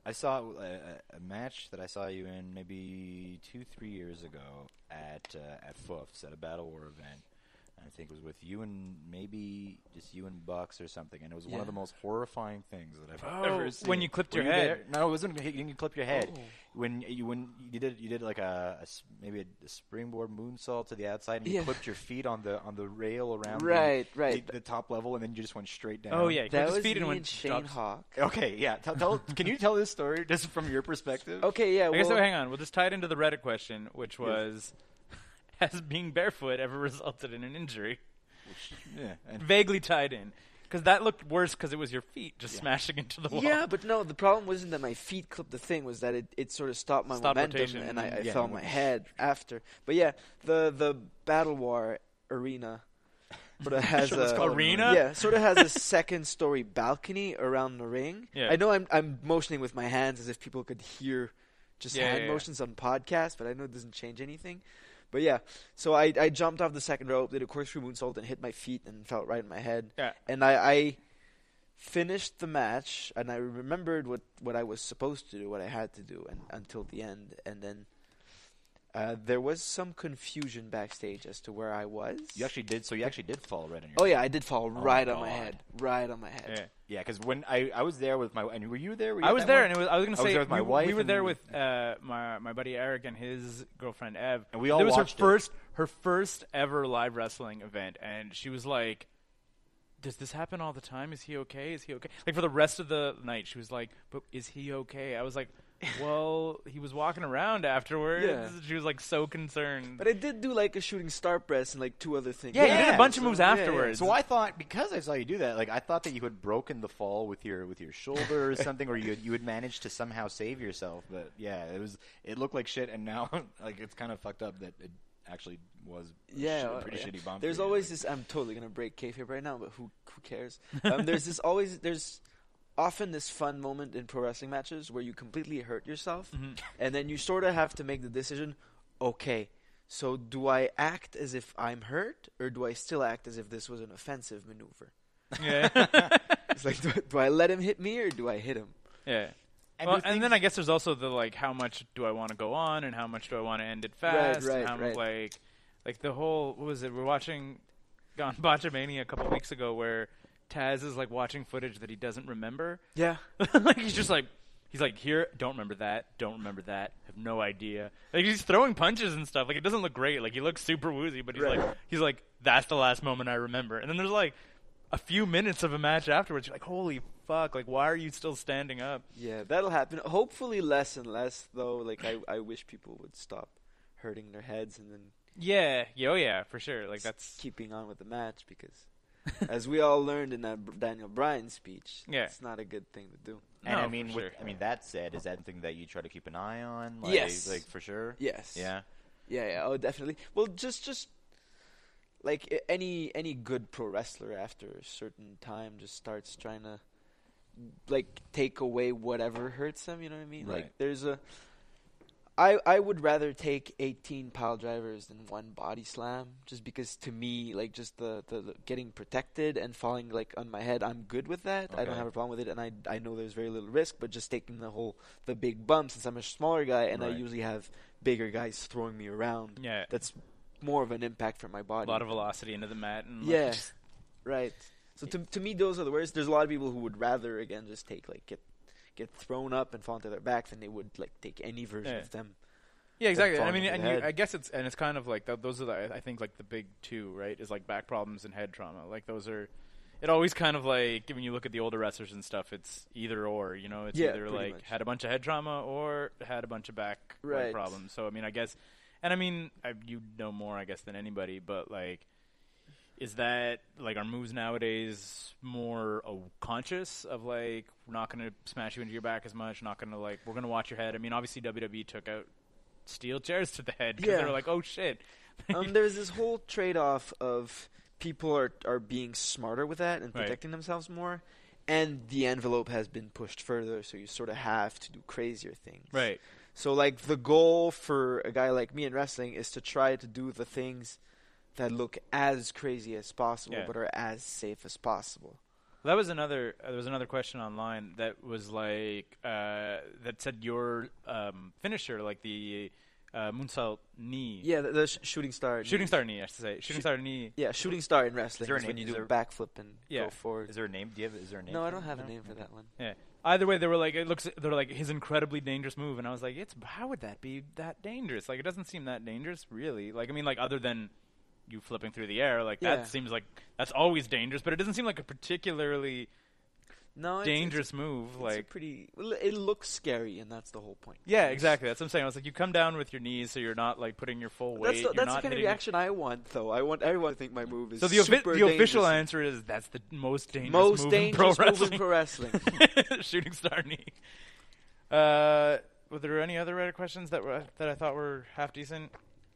I saw a, a- a match that I saw you in maybe two, three years ago at uh, at Foofs at a Battle War event. And I think it was with you and maybe just you and Bucks or something. And it was one
Yeah.
of the most horrifying things that I've
Oh,
ever
when
seen.
you clipped
Were
your head.
there? No, it wasn't. when You clipped your head
Oh.
when you when you did you did like a, a s- maybe a, springboard moonsault to the outside and you
Yeah.
clipped your feet on the on the rail around the-
Right, right.
The, the top level, and then you just went straight down.
oh yeah,
That was
speed
me
and
and,
went
Shane
drops.
Hawk.
Okay, yeah. Tell, tell can you tell this story just from your perspective?
Okay, yeah.
I guess
well,
oh, hang on. We'll just tie it into the Reddit question, which was, has being barefoot ever resulted in an injury?
Yeah. and-
vaguely tied in because that looked worse because it was your feet just smashing into the wall.
Yeah, but no, the problem wasn't that my feet clipped the thing, was that it, it sort of stopped my
Stopped
momentum
rotation,
and I, I
yeah,
fell on
and
my
it-
head after. But yeah, the the Battle War arena sort of has
let's
a
call it
Arena?
Yeah, sort of has a second story balcony around the ring.
Yeah.
I know I'm I'm motioning with my hands as if people could hear just
Yeah,
hand
yeah, yeah.
motions on podcasts, but I know it doesn't change anything. But yeah, so I, I jumped off the second rope, did a corkscrew moonsault, and hit my feet and felt right in my head.
Yeah.
And I, I finished the match and I remembered what, what I was supposed to do, what I had to do and, until the end. And then Uh, there was some confusion backstage as to where I was.
You actually did. So you actually did fall right on your.
oh yeah, I did fall right on my
God.
head, right on my head.
Yeah.
Yeah, because when I, I was there with my and were you there? Were you
I
at
was
that
there,
one?
and it was, I was going to
I
say
was there with my
we,
wife
we were
and-
there with uh, my my buddy Eric and his girlfriend Ev,
And we all
It was her
watched it.
first her first ever live wrestling event, and she was like, "Does this happen all the time? Is he okay? Is he okay?" Like for the rest of the night, she was like, "But is he okay?" I was like, "Well, he was walking around afterwards."
Yeah.
She was like so concerned.
But I did do like a shooting star press and like two other things.
yeah, you did
Yeah,
a bunch of
so-
moves
yeah, yeah.
afterwards.
So I thought because I saw you do that, like I thought that you had broken the fall with your with your shoulder or something, or you had, you had managed to somehow save yourself. But yeah, it was it looked like shit, and now like it's kind of fucked up that it actually was a
Yeah,
shit- a
well,
pretty
yeah.
shitty bomb. for
There's
you,
always
like-
this. I'm totally gonna break kayfabe right now, but who who cares? Um, there's this always there's often this fun moment in pro wrestling matches where you completely hurt yourself,
Mm-hmm.
and then you sort of have to make the decision. Okay, so do I act as if I'm hurt, or do I still act as if this was an offensive maneuver?
yeah,
It's like, do, do I let him hit me, or do I hit him?
yeah.
And
well,
the
and
thing
then I guess there's also the like, how much do I want to go on, and how much do I want to end it fast?
right,
and how
right.
Like, like the whole what was it? We're watching on Botchamania a couple weeks ago, where Taz is like watching footage that he doesn't remember.
Yeah,
like he's just like he's like here, don't remember that, don't remember that, have no idea. Like he's throwing punches and stuff. Like it doesn't look great. Like he looks super woozy, but he's
Right.
like he's like that's the last moment I remember. And then there's like a few minutes of a match afterwards. You're like, holy fuck! Like why are you still standing up?
yeah, that'll happen. Hopefully, less and less though. Like, I I wish people would stop hurting their heads and then
Yeah, yeah, oh yeah, for sure. Like that's
keeping on with the match because, as we all learned in that Br- Daniel Bryan speech,
Yeah.
it's not a good thing to do.
And
No,
I
for
mean, with,
sure.
I mean that said, is that something that you try to keep an eye on? Like,
Yes.
like for sure.
Yes.
Yeah.
Yeah. Yeah. Oh, definitely. Well, just just like a- any any good pro wrestler after a certain time just starts trying to like take away whatever hurts them. You know what I mean? Like
Right.
there's a. I, I would rather take 18 pile drivers than one body slam just because to me like just the, the, the getting protected and falling like on my head I'm good with that I don't
Okay.
have a problem with it and I, I know there's very little risk but just taking the whole the big bump since I'm a smaller guy and I
Right.
usually have bigger guys throwing me around
Yeah.
that's more of an impact for my
a
body
lot of velocity into the mat and like,
yeah
just-
right so to, to me those are the worst there's a lot of people who would rather again just take like get get thrown up and fall onto their back than they would like take any version
Yeah.
of them
Yeah, exactly. I
falling
mean,
over
and
the
you,
head.
I guess it's and it's kind of like that. Those are the I- I think like the big two, right? Is like back problems and head trauma. Like those are. It always kind of like when you look at the older wrestlers and stuff, it's either or. You know, it's
Yeah,
either
pretty
like
much.
had a bunch of head trauma or had a bunch of back like,
Right.
problems. So I mean, I guess, and I mean, I, you know more, I guess, than anybody. But like, is that like our moves nowadays more uh, conscious of like we're not going to smash you into your back as much, not going to like we're going to watch your head. I mean, obviously WWE took out steel chairs to the head because they
Yeah.
were like, oh shit.
um, there's this whole trade-off of people are are being smarter with that and
Right.
protecting themselves more, and the envelope has been pushed further, so you sort of have to do crazier things.
right.
So like the goal for a guy like me in wrestling is to try to do the things that look as crazy as possible,
Yeah.
but are as safe as possible.
That was another. Uh, there was another question online that was like uh, that said your um, finisher, like the uh, moonsault knee,
Yeah, the, the sh- shooting star.
shooting star knee, I should say, shooting star knee.
Yeah, shooting star in wrestling
Is there a
is when
name-
you
is
do a
there-
backflip and
Yeah.
go forward.
Is there a name? Do you have? Is there a name?
no,
for
I
it?
don't have a
No?
name for
Okay.
that one.
Yeah. Either way, they were like, it looks. They're like his incredibly dangerous move, and I was like, it's how would that be that dangerous? Like, it doesn't seem that dangerous, really. Like, I mean, like other than you flipping through the air, like
Yeah.
that seems like that's always dangerous, but it doesn't seem like a particularly
No, it's, it's-
dangerous move.
It's
like,
a pretty. Well, it looks scary, and that's the whole point.
yeah, exactly. That's what I'm saying. I was like, you come down with your knees, so you're not like putting your full weight.
That's the,
you're
that's the
not
kind of
hitting-
reaction I want, though. I want everyone to think my move is
So the, offi-
super
the official
dangerous.
answer is that's the most dangerous
most
move
dangerous
in pro
move in pro wrestling.
wrestling. Shooting star knee. Uh, were there any other Reddit questions that were that I thought were half decent?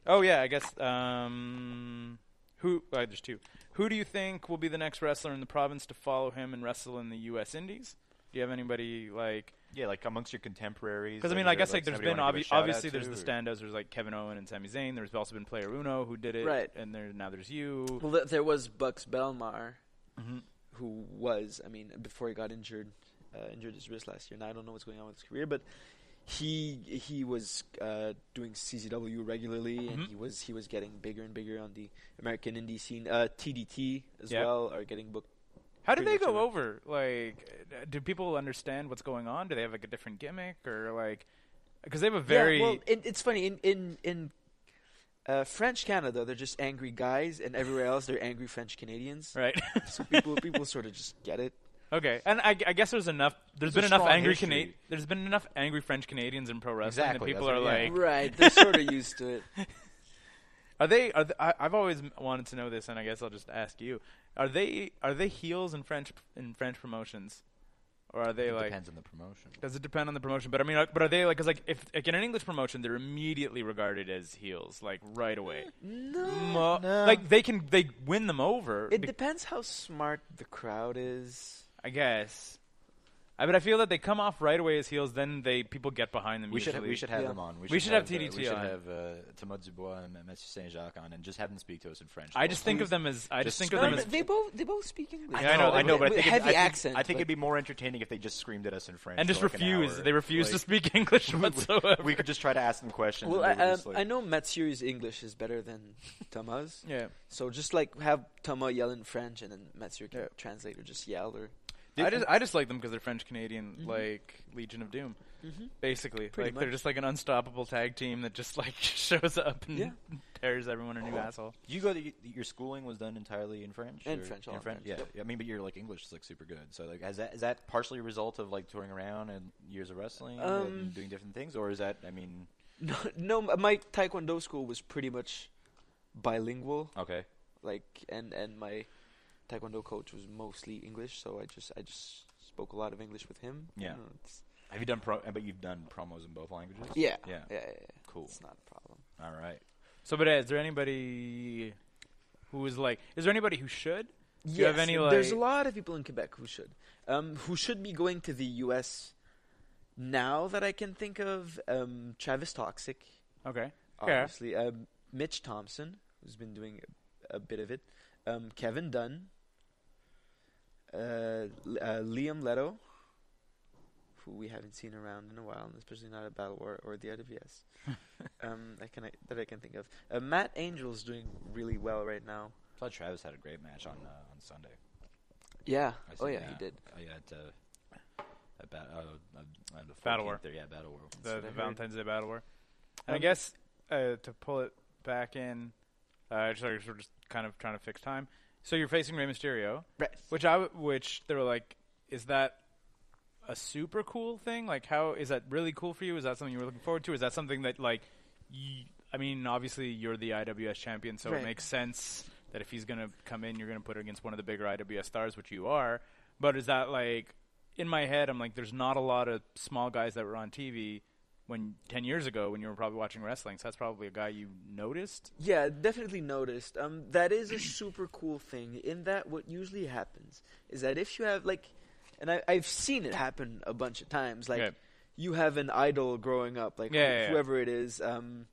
Oh yeah, I guess. Um, who? Uh, there's two. Who do you think will be the next wrestler in the province to follow him and wrestle in the U.S. Indies? Do you have anybody like?
Yeah, like amongst your contemporaries.
Because I mean,
is
I
there,
guess like there's
somebody you
been
wanna give a
obvi-
shout out
obviously there's
to,
the
or-
standouts. There's like Kevin Owen and Sami Zayn. There's also been Player Uno who did it,
Right.
And there now there's you.
well, th- there was Bucks Belmar, Mm-hmm. who was, I mean, before he got injured, uh, injured his wrist last year. Now I don't know what's going on with his career, but he he was uh, doing CZW regularly, and he was he was getting bigger and bigger on the American indie scene. Uh, TDT as
Yep.
well are getting booked.
How do
pretty
they
much
go
every-
over? Like, uh, do people understand what's going on? Do they have like a different gimmick or like? Because they have a very
Yeah, well, it, it's funny in in in uh, French Canada, they're just angry guys, and everywhere else, they're angry French Canadians.
right.
So people people sort of just get it.
okay, and I, I guess there's enough. There's
There's
been
a
enough
strong
angry
history.
Cana- There's been enough angry French Canadians in pro wrestling
Exactly,
that people
that's
are
what- yeah.
like,
Right, they're sort of used to it.
Are they? Are th I, I've always m- wanted to know this, and I guess I'll just ask you: Are they? Are they heels in French in French promotions, or are they
It
like?
depends on the promotion.
Does it depend on the promotion? But I mean, like, but are they like? Because like, if like in an English promotion, they're immediately regarded as heels, like right away. Mo-
no.
Mm, uh, Like they can they win them over.
It
be-
depends how smart the crowd is.
I guess. I but I feel that they come off right away as heels. Then they people get behind them.
We should
usually.
we should have
Yeah.
them on. We should,
We should have
uh,
TDT
we should
on.
have uh, Thomas Dubois and Mathieu Saint Jacques on, and just have them speak to us in French.
I just think of them as I just,
Just
think
But
of
scream
them
it.
as
they both they both speak English.
I know, I know, but I
With
think
heavy
it, I think-
accent.
I think
but-
it'd be more entertaining if they just screamed at us in French
and
for
just
like an
refuse.
hour.
They refuse to
Like,
speak English whatsoever.
We could just try to ask them questions.
Well, I,
and they would
um,
just, like,
I know Mathieu's English is better than Thomas,
yeah.
so just like have Thomas yell in French and then Mathieu can
Yeah.
translate or just yell or
I just I just like them because they're French Canadian,
Mm-hmm.
like Legion of Doom, basically.
Mm-hmm. Pretty
like they're
much.
just like an unstoppable tag team that just like shows up and
Yeah.
tears everyone a new asshole.
You go. To, y- your schooling was done entirely in French.
In
or-
French, all
in
in
French.
French.
Yeah, I mean, but your like English is like super good. So like, has that is that partially a result of like touring around and years of wrestling
Um,
and doing different things, or is that I mean,
no. No, my Taekwondo school was pretty much bilingual,
okay,
like and and my Taekwondo coach was mostly English, so I just I just spoke a lot of English with him. I
Yeah.
don't know, it's-
have you done pro? But you've done promos in both languages.
yeah,
Yeah.
yeah, yeah, yeah.
Cool.
It's not a problem.
All right.
So, but uh, is there anybody who is like? Is there anybody who should? Do you have
Yes,
any
and
like?
there's a lot of people in Quebec who should, um, who should be going to the U.S. Now that I can think of, um, Travis Toxic,
Okay. Yeah.
obviously, um, Mitch Thompson, who's been doing a, a bit of it, um, Kevin Dunn, uh, L- uh, Liam Leto, who we haven't seen around in a while, and especially not at Battle War or the IWS. um, I can that I can think of. Uh, Matt Angel's doing really well right now.
I thought Travis had a great match on uh, on Sunday.
Yeah.
I
Oh
said,
yeah, he did.
Oh, yeah, at, uh, at ba- uh, uh, on the
Battle
14th
War.
There, yeah, Battle War.
the,
what I
the
heard.
Valentine's Day Battle War. And I
Um,
guess uh, to pull it back in, uh, just, like, we're just kind of trying to fix time. So you're facing Rey Mysterio,
Right.
which I w- which they were like, is that a super cool thing? Like, how is that really cool for you? Is that something you were looking forward to? Is that something that like, you, I mean, obviously you're the IWS champion, so
Right.
it makes sense that if he's gonna come in, you're gonna put it against one of the bigger IWS stars, which you are. But is that like in my head? I'm like, there's not a lot of small guys that were on TV when ten years ago when you were probably watching wrestling. So that's probably a guy you noticed.
Yeah, definitely noticed. Um, that is a super cool thing. In that, what usually happens is that if you have like, and I, I've seen it happen a bunch of times. Like,
Yeah.
you have an idol growing up, like wh-
Yeah, yeah, yeah.
whoever it is. Um,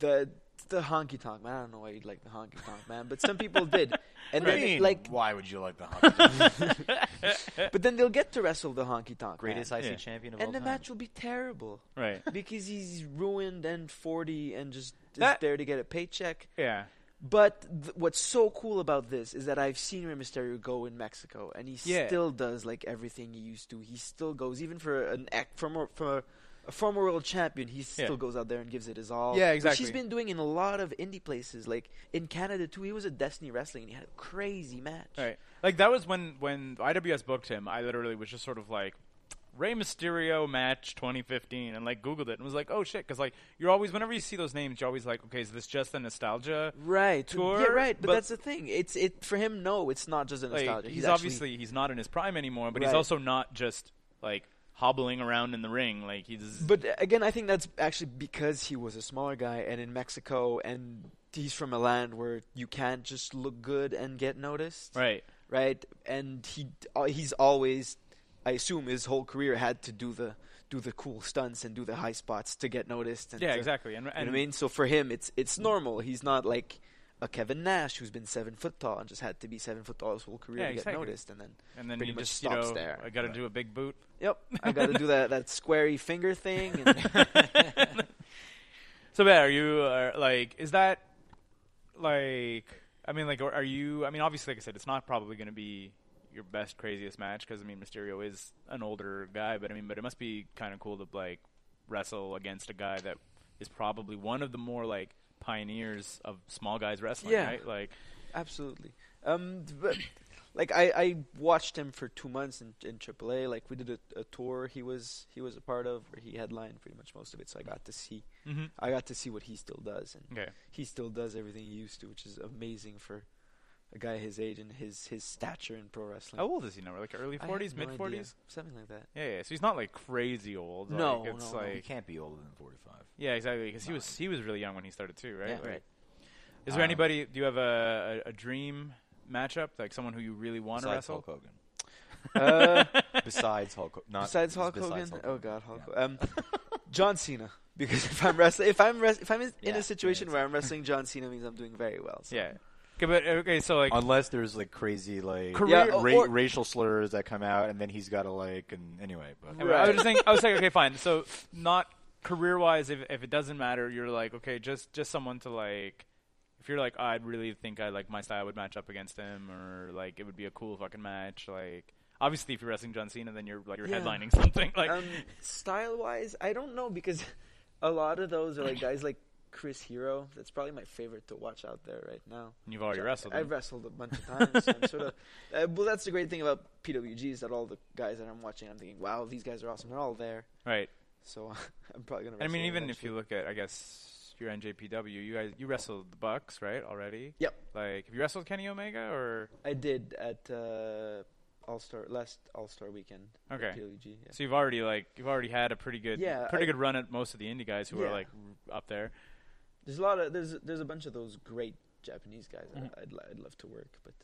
the the honky tonk man. I don't know why you'd like the honky tonk man, but some people did. And then it, like,
why would you like the Honky
but then they'll get to wrestle the honky tonk
greatest
man,
IC
Yeah.
champion of all
and the
time?
match will be terrible
Right.
because he's ruined and forty and just is
That-
there to get a paycheck.
Yeah.
But th- what's so cool about this is that I've seen Rey Mysterio go in Mexico, and he
Yeah.
still does like everything he used to. He still goes, even for an act from a, for a former world champion, he still
Yeah.
goes out there and gives it his all.
Yeah,
Which
exactly.
he's been doing in a lot of indie places, like in Canada too. He was at Destiny Wrestling, and he had a crazy match.
Right. Like that was when when IWS booked him. I literally was just sort of like Rey Mysterio match 2015 and like googled it and was like, "Oh shit," cuz like you're always whenever you see those names, you're always like, "Okay, is this just a nostalgia?"
Right,
Tour,
yeah, right. But,
but-
that's the thing. It's it for him. No, it's not just a
Like
nostalgia.
he's,
actually-
obviously he's not in his prime anymore, but he's
Right.
also not just like hobbling around in the ring like he's
But uh, again, I think that's actually because he was a smaller guy, and in Mexico, and he's from a land where you can't just look good and get noticed,
right.
Right, and he uh, he's always, I assume, his whole career had to do the do the cool stunts and do the high spots to get noticed. And
Yeah,
to-
exactly. And, and
you know what I mean, so for him, it's it's normal. He's not like a Kevin Nash who's been seven foot tall and just had to be seven foot tall his whole career
Yeah,
to
exactly.
get noticed, and then
and then
pretty
you
much
just
stops
you know,
there.
I got to
Right.
do a big boot.
yep, I got to do that that squarey finger thing. And
So, Ben, are you uh, like? Is that like? I mean, like, are are you? I mean, obviously, like I said, it's not probably going to be your best craziest match because I mean, Mysterio is an older guy, but I mean, but it must be kind of cool to like wrestle against a guy that is probably one of the more like pioneers of small guys wrestling,
Yeah.
right? Like,
Absolutely. Um, d- but, like I, I watched him for two months in, in AAA. Like we did a, a tour he was he was a part of where he headlined pretty much most of it. So I got to see I got to see what he still does, and
Okay.
he still does everything he used to, which is amazing for a guy his age and his his stature in pro wrestling.
how old is he now? Like early
I have
forties,
no
mid
idea.
forties?
something like that.
Yeah, yeah. So he's not like crazy old. Like,
No,
it's
no, no,
like
he
He can't be older than 45.
Yeah, exactly. Because he was he was really young when he started too, right?
Yeah.
Like,
Right.
Is there
Um,
anybody? Do you have a, a, a dream matchup, like someone who you really want to
Besides
wrestle?
Hulk Hogan.
Uh,
Besides Hulk Hogan. Not
besides Hulk
besides Hulk
Hogan, oh god, Hulk.
Yeah.
Um, John Cena. Because if I'm wrestling, if I'm wrest- if I'm in, in
Yeah,
a situation
yeah.
where I'm wrestling John Cena, means I'm doing very well. So.
Yeah. Okay, but okay, so like
Unless there's like crazy like
Career-
ra-
or-
racial slurs that come out, and then he's got to like and anyway. But
I was
Right.
just saying, I was saying, okay, fine. So not career wise, if if it doesn't matter, you're like, okay, just just someone to like. If you're like, "Oh, I'd really think I like my style would match up against him, or like it would be a cool fucking match. Like obviously, if you're wrestling John Cena, then you're like you're
Yeah.
headlining something. Like
um, style wise, I don't know because a lot of those are like guys like Chris Hero. That's probably my favorite to watch out there right now.
you've already Oh, wrestled.
I've
him.
wrestled a bunch of times. so I'm sort of. Uh, well, that's the great thing about PWG is that all the guys that I'm watching, I'm thinking, wow, these guys are awesome. They're all there.
right.
So I'm probably gonna.
I
Wrestle
mean, even if
eventually.
you look at, I guess your NJPW, you guys, you wrestled the Bucks, right? Already.
Yep,
Like, have you wrestled Kenny Omega or?
I did at uh, All Star last All Star weekend. at
Okay.
PWG. Yeah.
So you've already like you've already had a pretty good,
Yeah,
pretty
I-
good run at most of the indie guys who are
Yeah.
like r- up there.
There's a lot of there's there's a bunch of those great Japanese guys.
Mm-hmm.
I, I'd li- I'd love to work, but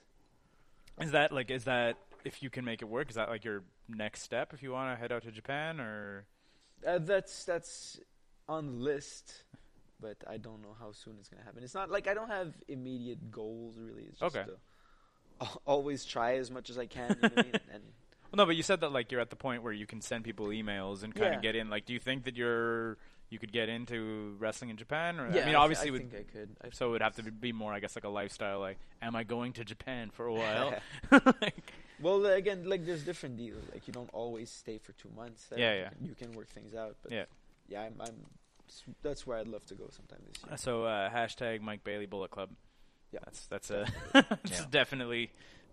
Is that like is that if you can make it work? Is that like your next step if you want to head out to Japan or?
Uh, that's that's on the list, but I don't know how soon it's gonna happen. It's not like I don't have immediate goals really. It's just
Okay.
to al- always try as much as I can. You know what I mean? And
Well, no, but you said that like you're at the point where you can send people emails and kind
Yeah.
of get in. Like, do you think that you're you could get into wrestling in Japan? Or
yeah,
I mean,
th-
obviously
I
with
think I could. I
So it would have to be- be more, I guess, like a lifestyle. Like, am I going to Japan for a while? Like,
well, uh, again, like there's different deals. Like you don't always stay for two months. That
Yeah,
you
yeah.
Can, you can work things out. But
Yeah.
yeah, I'm. I'm s- that's where I'd love to go sometime this year.
so uh, hashtag Mike Bailey Bullet Club.
Yeah.
that's that's a that's definitely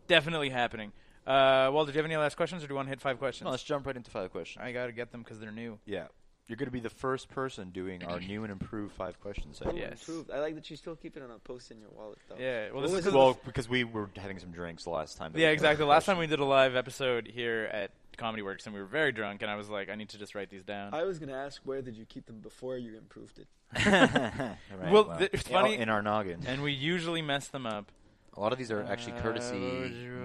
definitely happening. Uh, Walter, do you have any last questions, or do you want to hit five questions?
No, let's jump right into five questions.
I gotta get them because they're new.
Yeah, you're going to be the first person doing our new and improved five questions. segment.
Yeah. yes.
Improved. I like that you still keep it on a post in your wallet though.
Yeah, well,
What
this
was
is
it?
Well, because we were having some drinks last time. that
yeah,
we covered
exactly.
the
Last time
question.
we did a live episode here at Comedy Works, and we were very drunk, and I was like, I need to just write these down.
I was gonna ask where did you keep them before you improved it.
Right,
Well, th- it's
in our-
funny-
in our noggin.
and we usually mess them up.
A lot of these are actually
Uh,
courtesy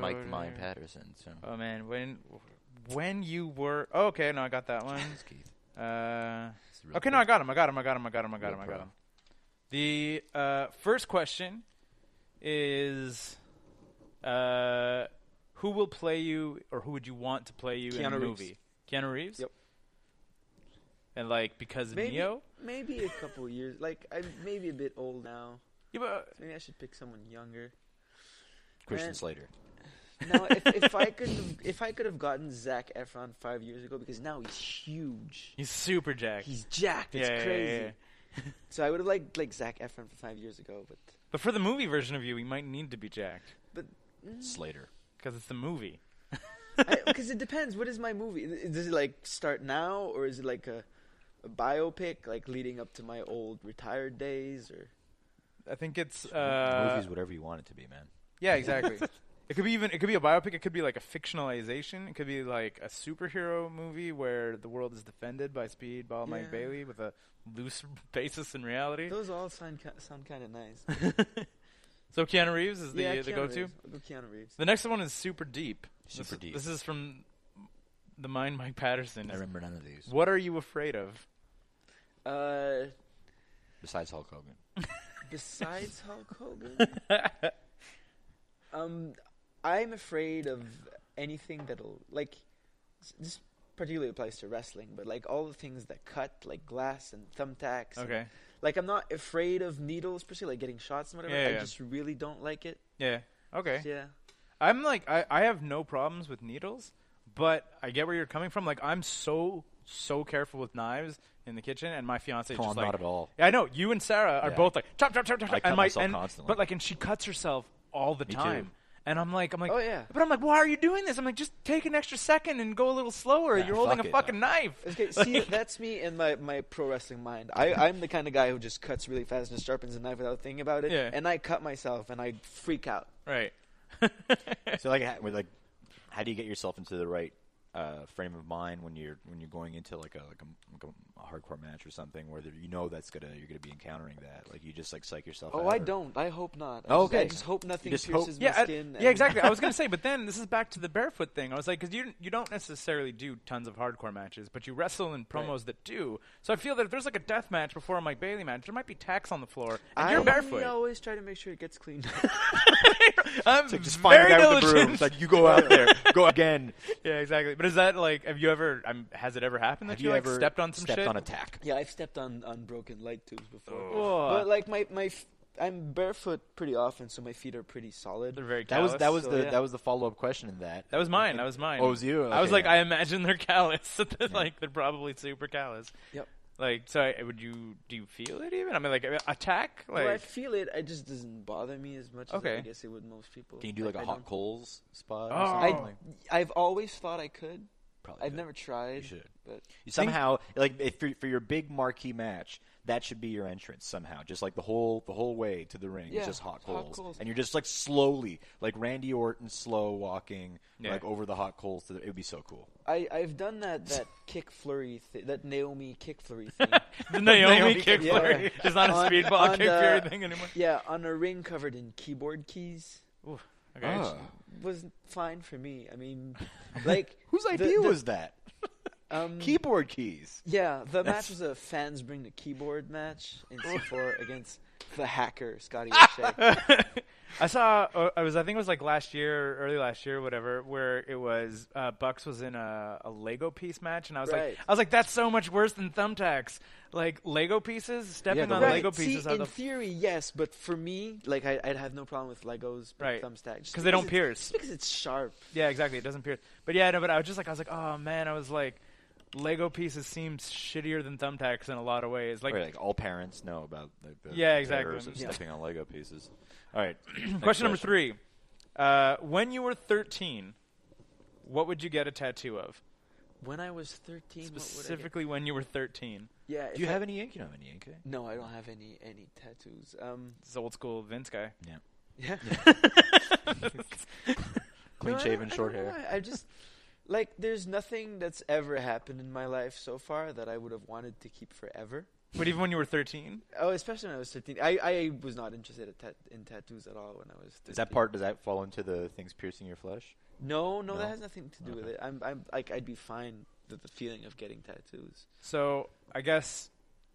Mike the Mind
Jordan.
Patterson. So
Oh man, when when you were oh, okay, no, I got that one.
It's Keith.
Uh,
It's a real
okay, no, I got him. I got him. I got him. I got him. I got
Real
him. I
pro.
got him. The uh, first question is uh, who will play you, or who would you want to play you in a
Keanu Reeves.
movie? Keanu Reeves.
Yep.
And like because
Maybe
Neo.
maybe a couple years. Like I'm maybe a bit old now.
Yeah, but, uh,
Maybe I should pick someone younger.
Christian
Man.
Slater.
Now, if, if I could have, if I could have gotten Zach Efron five years ago, because now he's huge.
he's super jacked.
He's jacked. It's
Yeah, yeah, yeah,
crazy.
yeah.
So I would have liked like Zach Efron five years ago, but
But for the movie version of you, he might need to be jacked
Slater.
because it's the movie.
because it depends. What is my movie? I- Does it like start now, or is it like a, a biopic, like leading up to my old retired days, or
I think it's
The
uh,
movies, whatever you want it to be, man.
Yeah, exactly. it could be even it could be a biopic, it could be like a fictionalization, it could be like a superhero movie where the world is defended by Speedball
Yeah.
Mike Bailey with a loose basis in reality.
those all sound ki- sound kind of nice.
So Keanu Reeves is the uh,
yeah,
the
Keanu
go to.
Reeves. I'll go Keanu Reeves.
The next one is super deep.
Super
this,
deep.
This is from the mind Mike Patterson.
I remember none of these
What are you afraid of?
Uh,
besides Hulk Hogan.
besides Hulk Hogan, um, I'm afraid of anything that'll like. s- This particularly applies to wrestling, but like all the things that cut, like glass and thumbtacks. and-
Okay.
like I'm not afraid of needles per se, like getting shots and whatever.
Yeah,
I
yeah.
just really don't like it.
Yeah. Okay.
Yeah.
I'm like I, I have no problems with needles, but I get where you're coming from. Like I'm so so careful with knives in the kitchen, and my fiance
Oh,
just
I'm
like
not at all.
Yeah, I know you and Sarah are
Yeah.
both like chop chop chop chop.
I
chop,"
cut
and my,
myself
and,
constantly.
But like, and she cuts herself all the
too.
time. And I'm like, I'm like,
Oh, yeah.
But I'm like, why are you doing this? I'm like, just take an extra second and go a little slower. You're holding
fuck
a
it.
fucking knife.
Okay, see, that's me and my, my pro wrestling mind. I, I'm the kind of guy who just cuts really fast and just sharpens a knife without thinking about it.
Yeah.
And I cut myself and I freak out.
Right.
So like, ha- with, like, how do you get yourself into the right uh, frame of mind when you're when you're going into like a like a, like a hardcore match or something where there, you know that's gonna you're gonna be encountering that? Like, you just like psych yourself.
Oh,
out
I
or-
don't. I hope not. I
Okay.
Just, I just hope nothing
just hope- uh,
pierces my
yeah, I-
skin.
yeah,
and-
exactly. I was gonna say, but then this is back to the barefoot thing. I was like, because you you don't necessarily do tons of hardcore matches, but you wrestle in promos that do. So I feel that if there's like a death match before a Mike Bailey match, there might be tacks on the floor, and
I
you're
only
barefoot.
always try to make sure it gets cleaned.
I'm
It's like just find
very
a guy with a
diligent.
broom. It's like you go out there, go again.
yeah, exactly. But is that like, have you ever? Um, has it ever happened that
Have
you,
you
like
ever
stepped on some
stepped
shit?
on a tack?
yeah, I've stepped on, on broken light tubes before.
Oh.
But, like, my, my f- I'm barefoot pretty often, so my feet are pretty solid.
They're very
That was that was
so,
the
yeah.
that was the follow up question in that.
That was mine. That was mine.
Oh, it was you?
I was
Okay,
like,
yeah.
I imagine they're callous. They're Like they're probably super callous.
Yep.
Like, so I, would you? Do you feel it even? I mean, like attack? Like,
Well, I feel it. It just doesn't bother me as much
Okay.
as I guess it would most people.
Can you do like
I
a
don't-
hot coals spot?
Oh.
Or
I-
something? Like,
I've always thought I could.
Probably
I've
could.
never tried.
should.
But
You somehow like if for, for your big marquee match that should be your entrance somehow just like the whole the whole way to the ring
Yeah,
is just hot
hot
coals.
coals.
and you're just like slowly like randy orton slow walking
Yeah.
like over the hot coals to the, it would be so cool
I, I've done that that kick flurry thi- that Naomi kick flurry thing.
the Naomi,
Naomi
kick
kick,
flurry.
yeah.
It's not a
On-
speedball
on
kick
the-
flurry thing anymore.
yeah, on a ring covered in keyboard keys
Ooh, okay.
Ah.
was fine for me. I mean, like
whose
the-
idea
the-
was that
um,
keyboard keys
Yeah, the match was a fans bring the keyboard match in C4 against the hacker Scotty O'Shea. Um,
I saw. Uh, I was. I think it was like last year, early last year, whatever. Where it was uh, Bucks was in a, a Lego piece match, and I was
Right.
like, I was like, that's so much worse than thumbtacks. Like Lego pieces, stepping
the
on
Right,
Lego
See,
pieces. are
in
the
theory, yes, but for me, like I, I'd have no problem with Legos, but
Right.
thumbstacks, just
'Cause they don't
it's-
pierce.
just because it's sharp.
Yeah, exactly. It doesn't pierce. But yeah, no. But I was just like, I was like, oh man, I was like, Lego pieces seem shittier than thumbtacks in a lot of ways. Like,
Right, like all parents know about like, the
Yeah,
the
exactly.
terrors of
Yeah.
stepping on lego pieces all right next
question number three: uh, When you were thirteen, what would you get a tattoo of?
When I was thirteen, what would I get?
Specifically, when you were thirteen.
yeah.
do you
if I-
have any ink you don't have any ink eh?
No, I don't have any any tattoos. Um,
This is old school Vince guy.
yeah
yeah,
clean
No, I
shaven
don't- I
short
don't
hair
know. I just like there's nothing that's ever happened in my life so far that I would have wanted to keep forever.
But even when you were thirteen,
Oh, especially when I was thirteen, I, I was not interested at tat- in tattoos at all when I was. 13.
is that part does that fall into the things piercing your flesh
No, no,
No?
that has nothing to do with it. I'm I'm like I'd be fine with the feeling of getting tattoos.
so I guess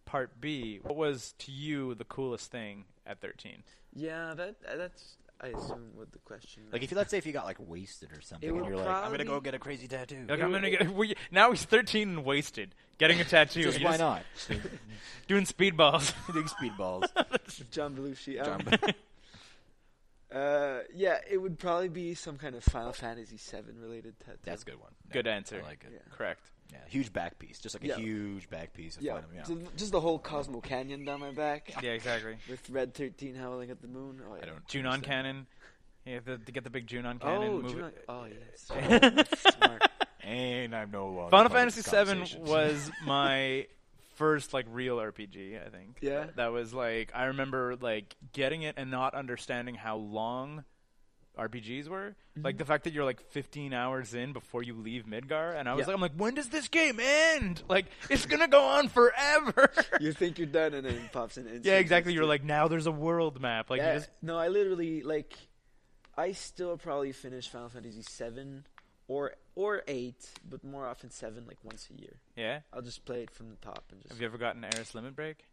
part B: What was to you the coolest thing at thirteen?
Yeah, that uh, that's I assume what the question.
Like if you let's say if you got like wasted or something,
It
and
would
you're like, I'm gonna
probably-
go get a crazy tattoo.
Like, I'm gonna get. we- Now he's thirteen and wasted, getting a tattoo.
Just
You're
why not?
Doing speedballs.
Big speedballs.
John Belushi. um,
John
uh, yeah, it would probably be some kind of Final Fantasy VII related tattoo.
That's a good one.
Good
Yeah,
answer.
I like it.
Yeah.
Correct.
Yeah. Huge back piece, just like a
Yeah.
huge back piece. Of
Yeah,
Final, yeah.
so just the whole Cosmo Canyon down my back
Yeah, exactly.
with Red Thirteen howling at the moon. Oh, yeah.
I don't.
Junon cannon. You have to, to get the big Junon cannon.
Oh,
move
do you
it.
not- oh yes. Smart.
And I'm no longer.
Final
part of
Fantasy
this
VII
conversation.
was my first like real RPG. I think.
Yeah.
That, that was like I remember like getting it and not understanding how long RPGs were.
Mm-hmm.
Like the fact that you're like 15 hours in before you leave Midgar, and I was
Yeah.
like, I'm like, when does this game end? Like it's gonna go on forever.
You think you're done, and then it pops in.
yeah, exactly. You're like now there's a world map. Like you
Yeah,
just
no, I literally like, I still probably finish Final Fantasy VII or or eight, but more often seven, like once a year.
yeah.
I'll just play it from the top and just.
Have you ever gotten Eris Limit Break?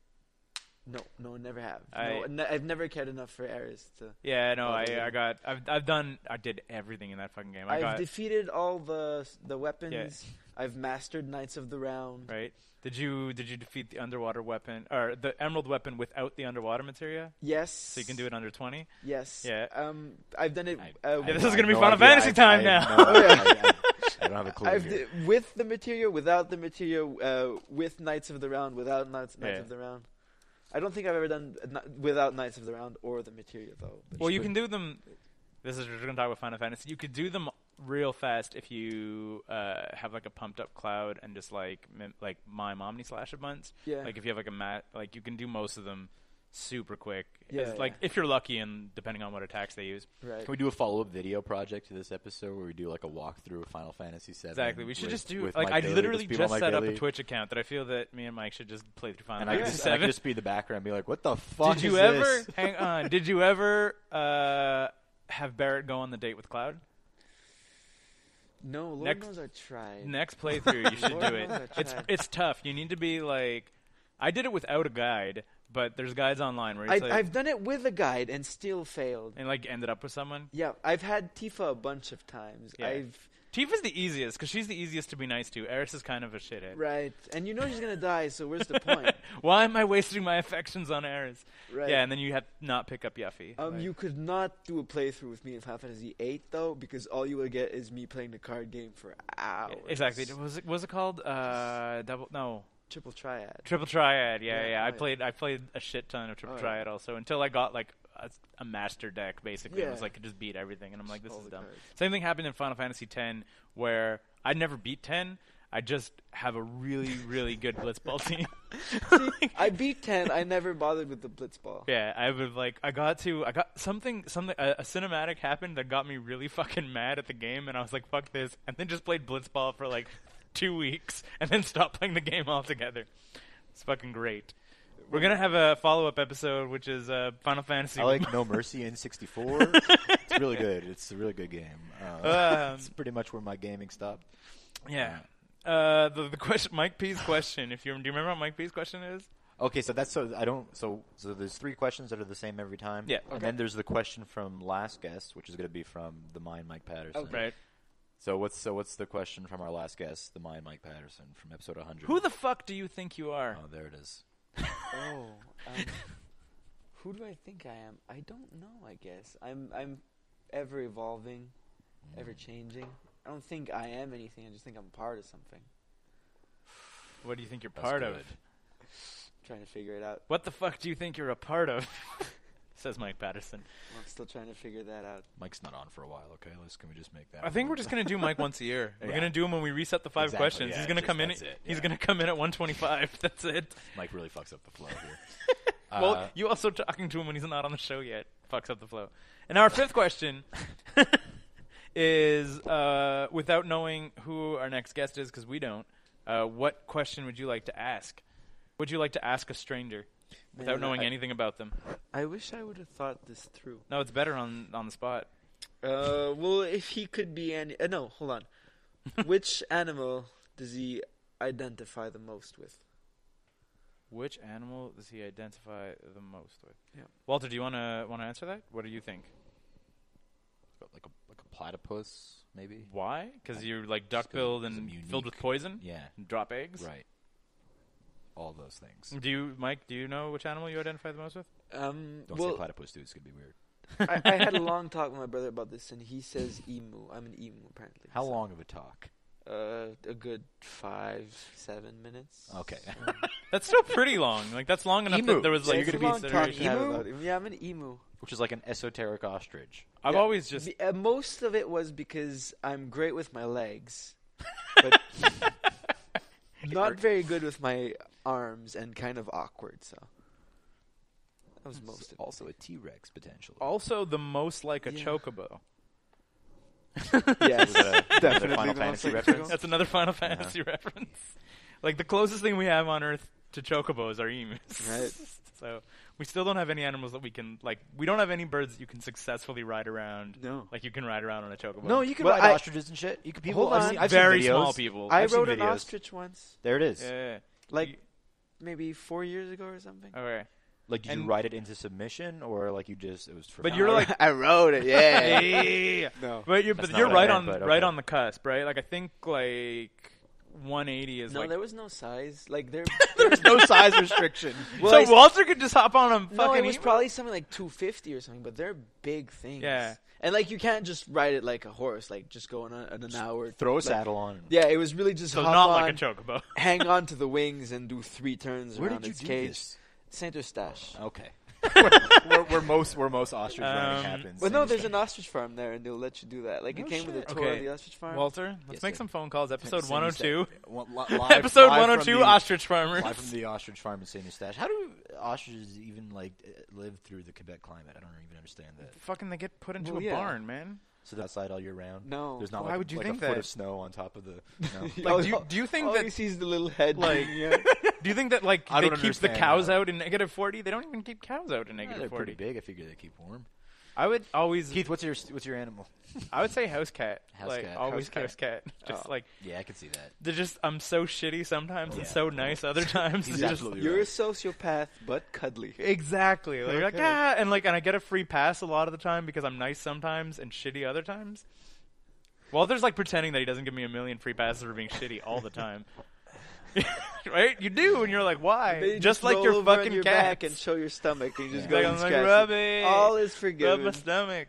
No, no, never have.
I- Oh
no, n- I've never cared enough for Ares to.
Yeah, no, I,
Probably.
I got, I've, I've done, I did everything in that fucking game. I
I've
got,
defeated all the the weapons. I've mastered Knights of the Round.
right? Did you, did you defeat the underwater weapon, or the emerald weapon without the underwater materia?
Yes.
So you can do it under 20?
Yes.
Yeah.
Um, I've done it.
I-
uh,
Yeah, this
I
is gonna
have
be
no
Final
idea.
Fantasy
I-
time
I
now.
have no idea. I, I don't have a clue.
I've
here.
d- with the material, without the material, uh, with Knights of the Round, without Knights, Knights
Yeah.
of the Round. I don't think I've ever done uh, kn- without Knights of the Round or the material though. But-
Well, you can do them. This is we're going to talk about Final Fantasy. You could do them real fast if you uh, have like a pumped up cloud and just like mim- like mime Omni Slash a bunch.
Yeah.
Like if you have like a mat, like you can do most of them super quick.
Yeah,
As- Like
yeah.
if you're lucky and depending on what attacks they use.
right.
Can we do a follow up video project to this episode where we do like a walkthrough of Final Fantasy VII?
Exactly. We should
with-
just do
with
like
Mike
I
Daly,
literally
people on
just
Mike
set up a
Daly,
Twitch account that I feel that me and Mike should just play through Final
and I could
Fantasy
just, and I could
VII.
just be the background, and be like, "What the fuck?"
Did you
is
ever
this?"
hang on? Did you ever uh, have Barrett go on the date with Cloud?
no, Lord
Next-
knows I tried.
Next playthrough, you should
Lord
do
knows I
it. It's
tried.
it's tough. You need to be like, I did it without a guide, but there's guides online where
I,
it's like,
I've done it with a guide and still failed.
and like ended up with someone.
Yeah, I've had Tifa a bunch of times.
Yeah.
I've
Tifa's the easiest because she's the easiest to be nice to. Eris is kind of a shithead.
right, and you know she's gonna die. So where's the point?
Why am I wasting my affections on Eris?
Right.
Yeah, and then you have to not pick up Yuffie.
Um,
Like,
you could not do a playthrough with me in Final Fantasy VIII though, because all you would get is me playing the card game for hours.
exactly. Was it was it called uh, double? No,
Triple triad.
Triple Triad. Yeah, yeah.
Yeah,
I
right.
played I played a shit ton of Triple
Oh, yeah.
Triad also until I got like a, a master deck basically. It was
Yeah.
like I could just beat everything, and I'm like, this
all
is
the
dumb.
cards.
Same thing happened in Final Fantasy X, where I never beat ten. I just have a really really good Blitzball team. Like,
I beat ten. I never bothered with the blitzball.
yeah, I would like I got to I got something something a, a cinematic happened that got me really fucking mad at the game, and I was like, fuck this, and then just played Blitzball for like two weeks, and then stopped playing the game altogether. It's fucking great. We're gonna have a follow up episode, which is uh, Final Fantasy.
I like No Mercy in '64. it's really good. It's a really good game. Uh,
Um,
it's pretty much where my gaming stopped.
yeah. Uh, the, the question, Mike P's question. If you do, you remember what Mike P's question is?
Okay, so that's so I don't so so there's three questions that are the same every time.
Yeah.
And then there's the question from last guest, which is going to be from the mind Mike Patterson.
Right.
So what's so what's the question from our last guest, the mind Mike Patterson from episode 100?
Who the fuck do you think you are?
Oh, there it is.
Oh. Um, who do I think I am? I don't know. I guess I'm. I'm ever evolving, ever changing. I don't think I am anything. I just think I'm part of something.
What do you think you're
That's
part of?
good.
trying to figure it out.
What the fuck do you think you're a part of? Says Mike Patterson.
I'm still trying to figure that out.
Mike's not on for a while, okay? Let's can we just make that?
I think we're just gonna do Mike once a year. We're
Yeah.
gonna do him when we reset the five
Exactly,
questions.
yeah,
he's gonna
just-
come in.
that's it,
He's
yeah.
gonna come in at 125. That's it.
Mike really fucks up the flow here. Uh,
well, you also talking to him when he's not on the show yet fucks up the flow. And our fifth question is, uh, without knowing who our next guest is, because we don't, uh, what question would you like to ask? Would you like to ask a stranger without
Man,
knowing
I-
anything about them?
I wish I would have thought this through.
No, it's better on on the spot.
Uh, well, if he could be any. Uh, no, hold on. Which animal does he identify the most with?
Which animal does he identify the most with?
Yeah.
Walter, do you want to want to answer that? What do you think?
like a like a platypus maybe.
Why? Because you're like
Just 'cause
duck-billed
it's
and
a
filled with
unique-
poison.
Yeah.
and Drop eggs.
Right. All those things.
Do you, Mike? Do you know which animal you identify the most with?
Um,
Don't say
well,
platypus, dude. It's going to be weird.
I, I had a long talk with my brother about this, and he says emu. I'm an emu, apparently.
How
so,
long of a talk?
Uh, a good five, seven minutes.
Okay.
That's still pretty long. Like that's long enough
Emu.
that there was
So
like
you're
It's
gonna
a
be
long talk to
consideration.
have
Emu?
about him. Yeah, I'm an emu.
Which is like an esoteric ostrich.
I've
Yeah.
always just
The- uh, most of it was because I'm great with my legs, but not very good with my arms, and kind of awkward. So that was most of it.
Also a T Rex potentially.
also the most like a
Yeah.
chocobo.
Yes, definitely
Final
the most
Fantasy
likely
reference?
to
That's another Final Fantasy reference. Like the closest thing we have on Earth to chocobos are emus.
Right.
so we still don't have any animals that we can like. We don't have any birds that you can successfully ride around.
No.
like you can ride around on a chocobo.
No, you can
Well,
ride
I-
ostriches and shit. You can people.
Hold
I've
on.
seen, I've seen
very
videos.
small people.
go. I
I've seen
rode an
videos.
ostrich once,
There it is.
yeah.
like
You-
maybe four years ago or something.
Okay.
Like, did you
And-
write it into submission, or like you just it was for?
But
fun?
you're like,
I wrote it. Yeah.
"Hey."
no.
but you're, but
not
you're
what I
right
meant,
on
but
right
okay.
on the cusp, right? Like I think like 180 is
No,
like.
there was no size. Like there,
there's no size restriction.
well, I s-
so Walter could just hop on a fucking. e-
no, it was
email?
probably something like 250 or something. But they're big things.
Yeah.
And like you can't just ride it like a horse. Like just go on a, an hour.
Throw a
like-
saddle on.
Yeah, it was really just
so
hop
not
on,
like a chocobo.
hang on to the wings and do three turns
Where
around
did you
its
do
cage.
this? Oh,
Saint Eustache.
Okay. where, where most where most ostrich
Um,
running happens.
Well, no, there's an ostrich farm there, and they'll let you do that. Like
No
it came with a
shit.
tour
Okay.
of the ostrich farm.
Walter, let's
Yes,
make
sir.
some phone calls. Episode
Saint
102.
Eustache. Well, li- live-
Episode
live from
102.
the-
Ostrich farmers.
Live from the ostrich farm in Saint Eustache. How do ostriches even like uh, live through the Quebec climate? I don't even understand that.
Fucking, they get put into
Well,
a
yeah.
barn, man.
So they're outside all year round.
No.
there's not
Why
like, a-
would you
like
think
a foot
that?
of snow on top of the. No.
Like, do you, do you think
all
that
he sees the little head?
like-
yeah.
Do you think that like
oh, I
they
don't
keep the
understand
cows
that.
out in negative forty? They don't even keep cows out in
Yeah,
negative
they're
forty.
pretty big. I figure they keep warm.
I would always,
Keith, what's your what's your animal?
I would say house cat.
House
like
cat.
always
House cat. Oh.
house cat. Just like
Yeah, I can see that.
they're just. I'm so shitty sometimes and so nice other times. It's just-
absolutely
You're a sociopath, but cuddly.
Exactly. Like, you're like
Okay.
ah, and like and I get a free pass a lot of the time because I'm nice sometimes and shitty other times. Walter's like pretending that he doesn't give me a million free passes for being shitty all the time. right? You do, and you're like, why?
They
just, like
roll
your
over on
fucking
your
cat.
back and show your stomach, and you just
Like,
go
I'm
and
like,
scratch
rub
it.
it.
All is
Rub my
forgiven.
stomach.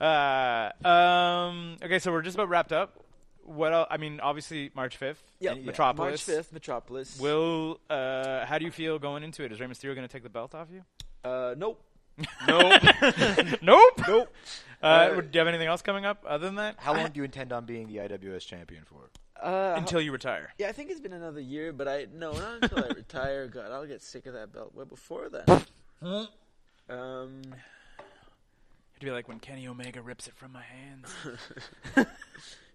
Uh, um, okay, so we're just about wrapped up. What else? I mean, obviously March fifth,
Yeah,
Metropolis.
March 5th, Metropolis.
Will uh, how do you feel going into it? Is Rey Mysterio going to take the belt off you?
uh, nope.
Nope. nope.
Nope.
Uh,
Uh,
do you have anything else coming up other than that? Uh,
How long do you intend on being the IWS champion for?
Uh,
Until you retire.
yeah, I think it's been another year, but I no, not until I retire. God, I'll get sick of that belt. Well, before then, um,
It'd be like when Kenny Omega rips it from my hands.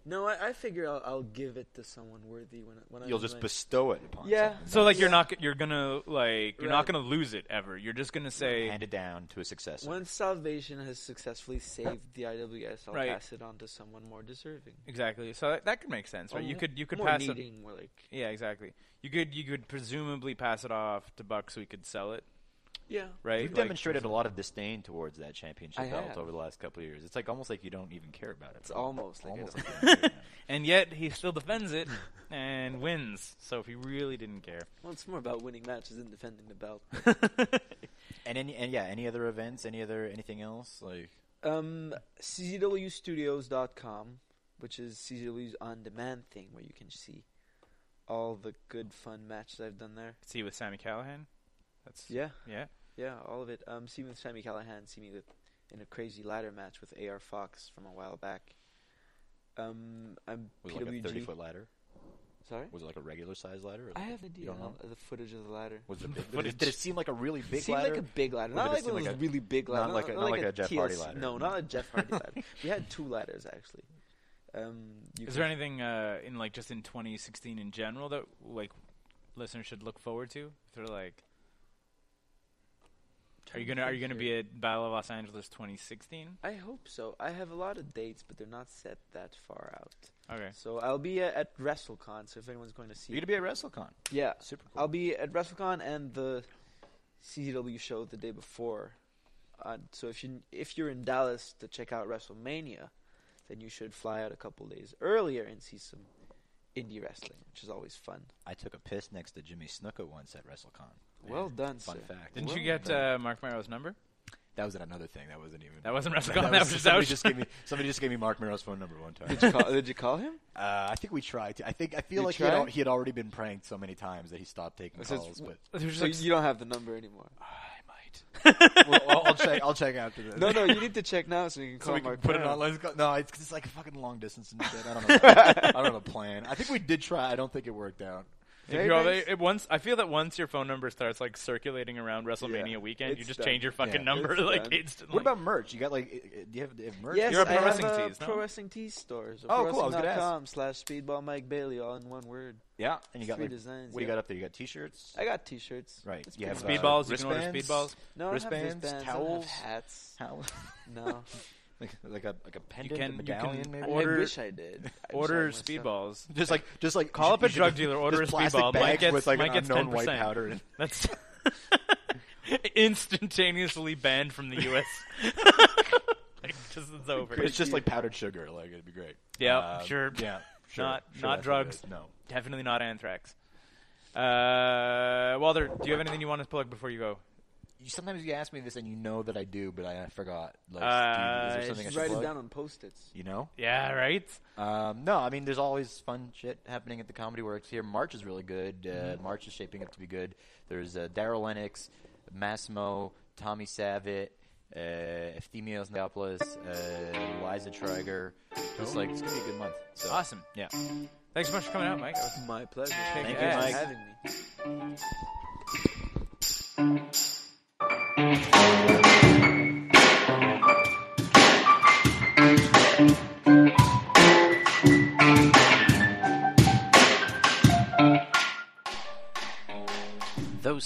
no, I, I figure I'll, I'll give it to someone worthy when I- when I.
You'll just bestow it upon.
Yeah.
someone.
So like you're
Yeah.
not g- you're gonna like you're not
Right.
gonna lose it ever. You're just gonna say
hand it down to a successor.
Once Salvation has successfully saved the IWS, I'll
Right.
pass it on to someone more deserving.
exactly. So that, that could make sense, right? You
Or
could you could
Oh, more
pass it.
needing, more like
Yeah, exactly. You could you could presumably pass it off to Buck so he could sell it,
yeah.
right?
You've
Like-
demonstrated a lot of disdain towards that championship
I
belt
have.
over the last couple of years. It's like almost like you don't even care about it.
It's almost like I
Almost
don't-
like you don't care about it.
and yet he still defends it and wins. So if he really didn't care,
Well, it's more about winning matches than defending the belt.
and any and yeah, any other events? Any other anything else? Like
Um, CZWstudios.com, which is CZW's on-demand thing where you can see all the good, fun matches I've done there.
see with Sammy Callahan. That's
Yeah,
yeah.
yeah, all of it. Um, see me with Sammy Callahan. See me with in a crazy ladder match with AR Fox from a while back. Um, I'm
was it like a
PWG.
thirty foot ladder?
Sorry,
Was it like a regular size ladder? Or
I
like-
have an idea
You don't
on
know?
the footage of the ladder.
Was it a big,
But
did,
it-
it, did it seem like a really big
seemed
ladder?
like a big ladder,
Or did
not
it
like
seem
one of
like
those
a-
really big
not
ladder,
like a- not like a Jeff Hardy
TLC
ladder.
No, not a Jeff Hardy ladder. We had two ladders actually. Um, you
Is
could-
there anything uh, in like just in 2016 in general that like listeners should look forward to? If they're like, are you gonna are you gonna be at Battle of Los Angeles 2016?
I hope so. I have a lot of dates, but they're not set that far out.
Okay,
So I'll be uh, at WrestleCon. So if anyone's going to see,
You're gonna be at WrestleCon.
yeah,
Super cool.
I'll be at WrestleCon and the CZW show the day before. Uh, so if you if you're in Dallas to check out WrestleMania, then you should fly out a couple days earlier and see some indie wrestling, which is always fun.
I took a piss next to Jimmy Snuka once at WrestleCon.
Well done,
Fun
sir.
fact.
didn't you get uh, Mark Marrow's number?
That was at another thing. That wasn't even.
That wasn't WrestleCon. That, was just that
somebody
was
just gave me somebody just gave me Mark Miro's phone number one time.
Did you call, did you call him?
Uh, I think we tried to. I think I feel
You
like he had, al-
tried?
he had already been pranked so many times that he stopped taking
So it's-
calls. But
it was just
So
like,
you don't have the number anymore.
well, I'll, I'll check. I'll check after this.
No, no, you need to check now so you can
So
call
we
him.
can
Mark
put it
Brown.
on. Let's go. No, it's, 'cause it's like a fucking long distance and shit. I don't know. I don't know the plan. I think we did try. I don't think it worked out.
if you're all- it- once I feel that once your phone number starts like circulating around WrestleMania weekend, you
it's
just
done.
change your fucking
Yeah.
number
It's
like
done.
instantly.
What about merch? You got like? i- i- Do you have, do you have merch?
Yes,
You're a pro
I have
wrestling
a
tees, no?
pro wrestling tees store. So
Oh, cool, I was gonna ask.
prowrestling.com slash speedball Mike Bailey all in one word.
Yeah. And you got
Three
like,
designs,
What do you
yeah.
got up there? You got t-shirts.
I got t-shirts.
Right.
It's
You
pretty
have
much-
Speedballs,
Uh,
you can order
wristbands?
speedballs.
no, I don't have
wristbands,
wristbands, I don't have
towels?
hats.
How?
No,
like, like a like
You
a pendant,
can
a
you
medallion,
can
maybe.
order
I wish I did. I wish I
order
had my stuff.
speedballs.
just like just like
Call up a
you should
drug
just-
dealer, order
just
a
plastic
speedball. Mike
bags
gets
with like
Mike
an
gets
unknown
10%.
white powder. in it.
That's
instantaneously banned from the U.S. like, just it's over.
It's just like powdered sugar. Like it'd be great.
Yeah,
Uh,
sure.
Yeah, sure.
Not- not
sure, that's what it
drugs.
is. No.
Definitely not anthrax. Uh, Walter, do you have anything you want to plug before you go?
You, sometimes you ask me this and you know that I do, but I, I forgot. Like,
Uh,
do you- is there something I
just
should
Write it
plug?
down on post-its.
You know?
Yeah, right.
Um, no, I mean, there's always fun shit happening at the Comedy Works here. March is really good. Uh, March is shaping up to be good. There's uh, Daryl Lennox, Massimo, Tommy Savitt, uh, Efthymios Neopoulos, uh, Liza Traeger. It's like it's gonna be a good month. So.
Awesome.
Yeah.
Thanks so much for coming out, Mike. That was-
My pleasure.
Thank
Thank
you,
you
Mike.
for having me.
Those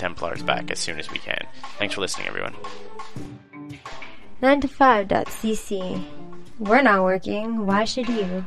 Templars back as soon as we can. Thanks for listening, everyone.
9to5.cc. We're not working. Why should you?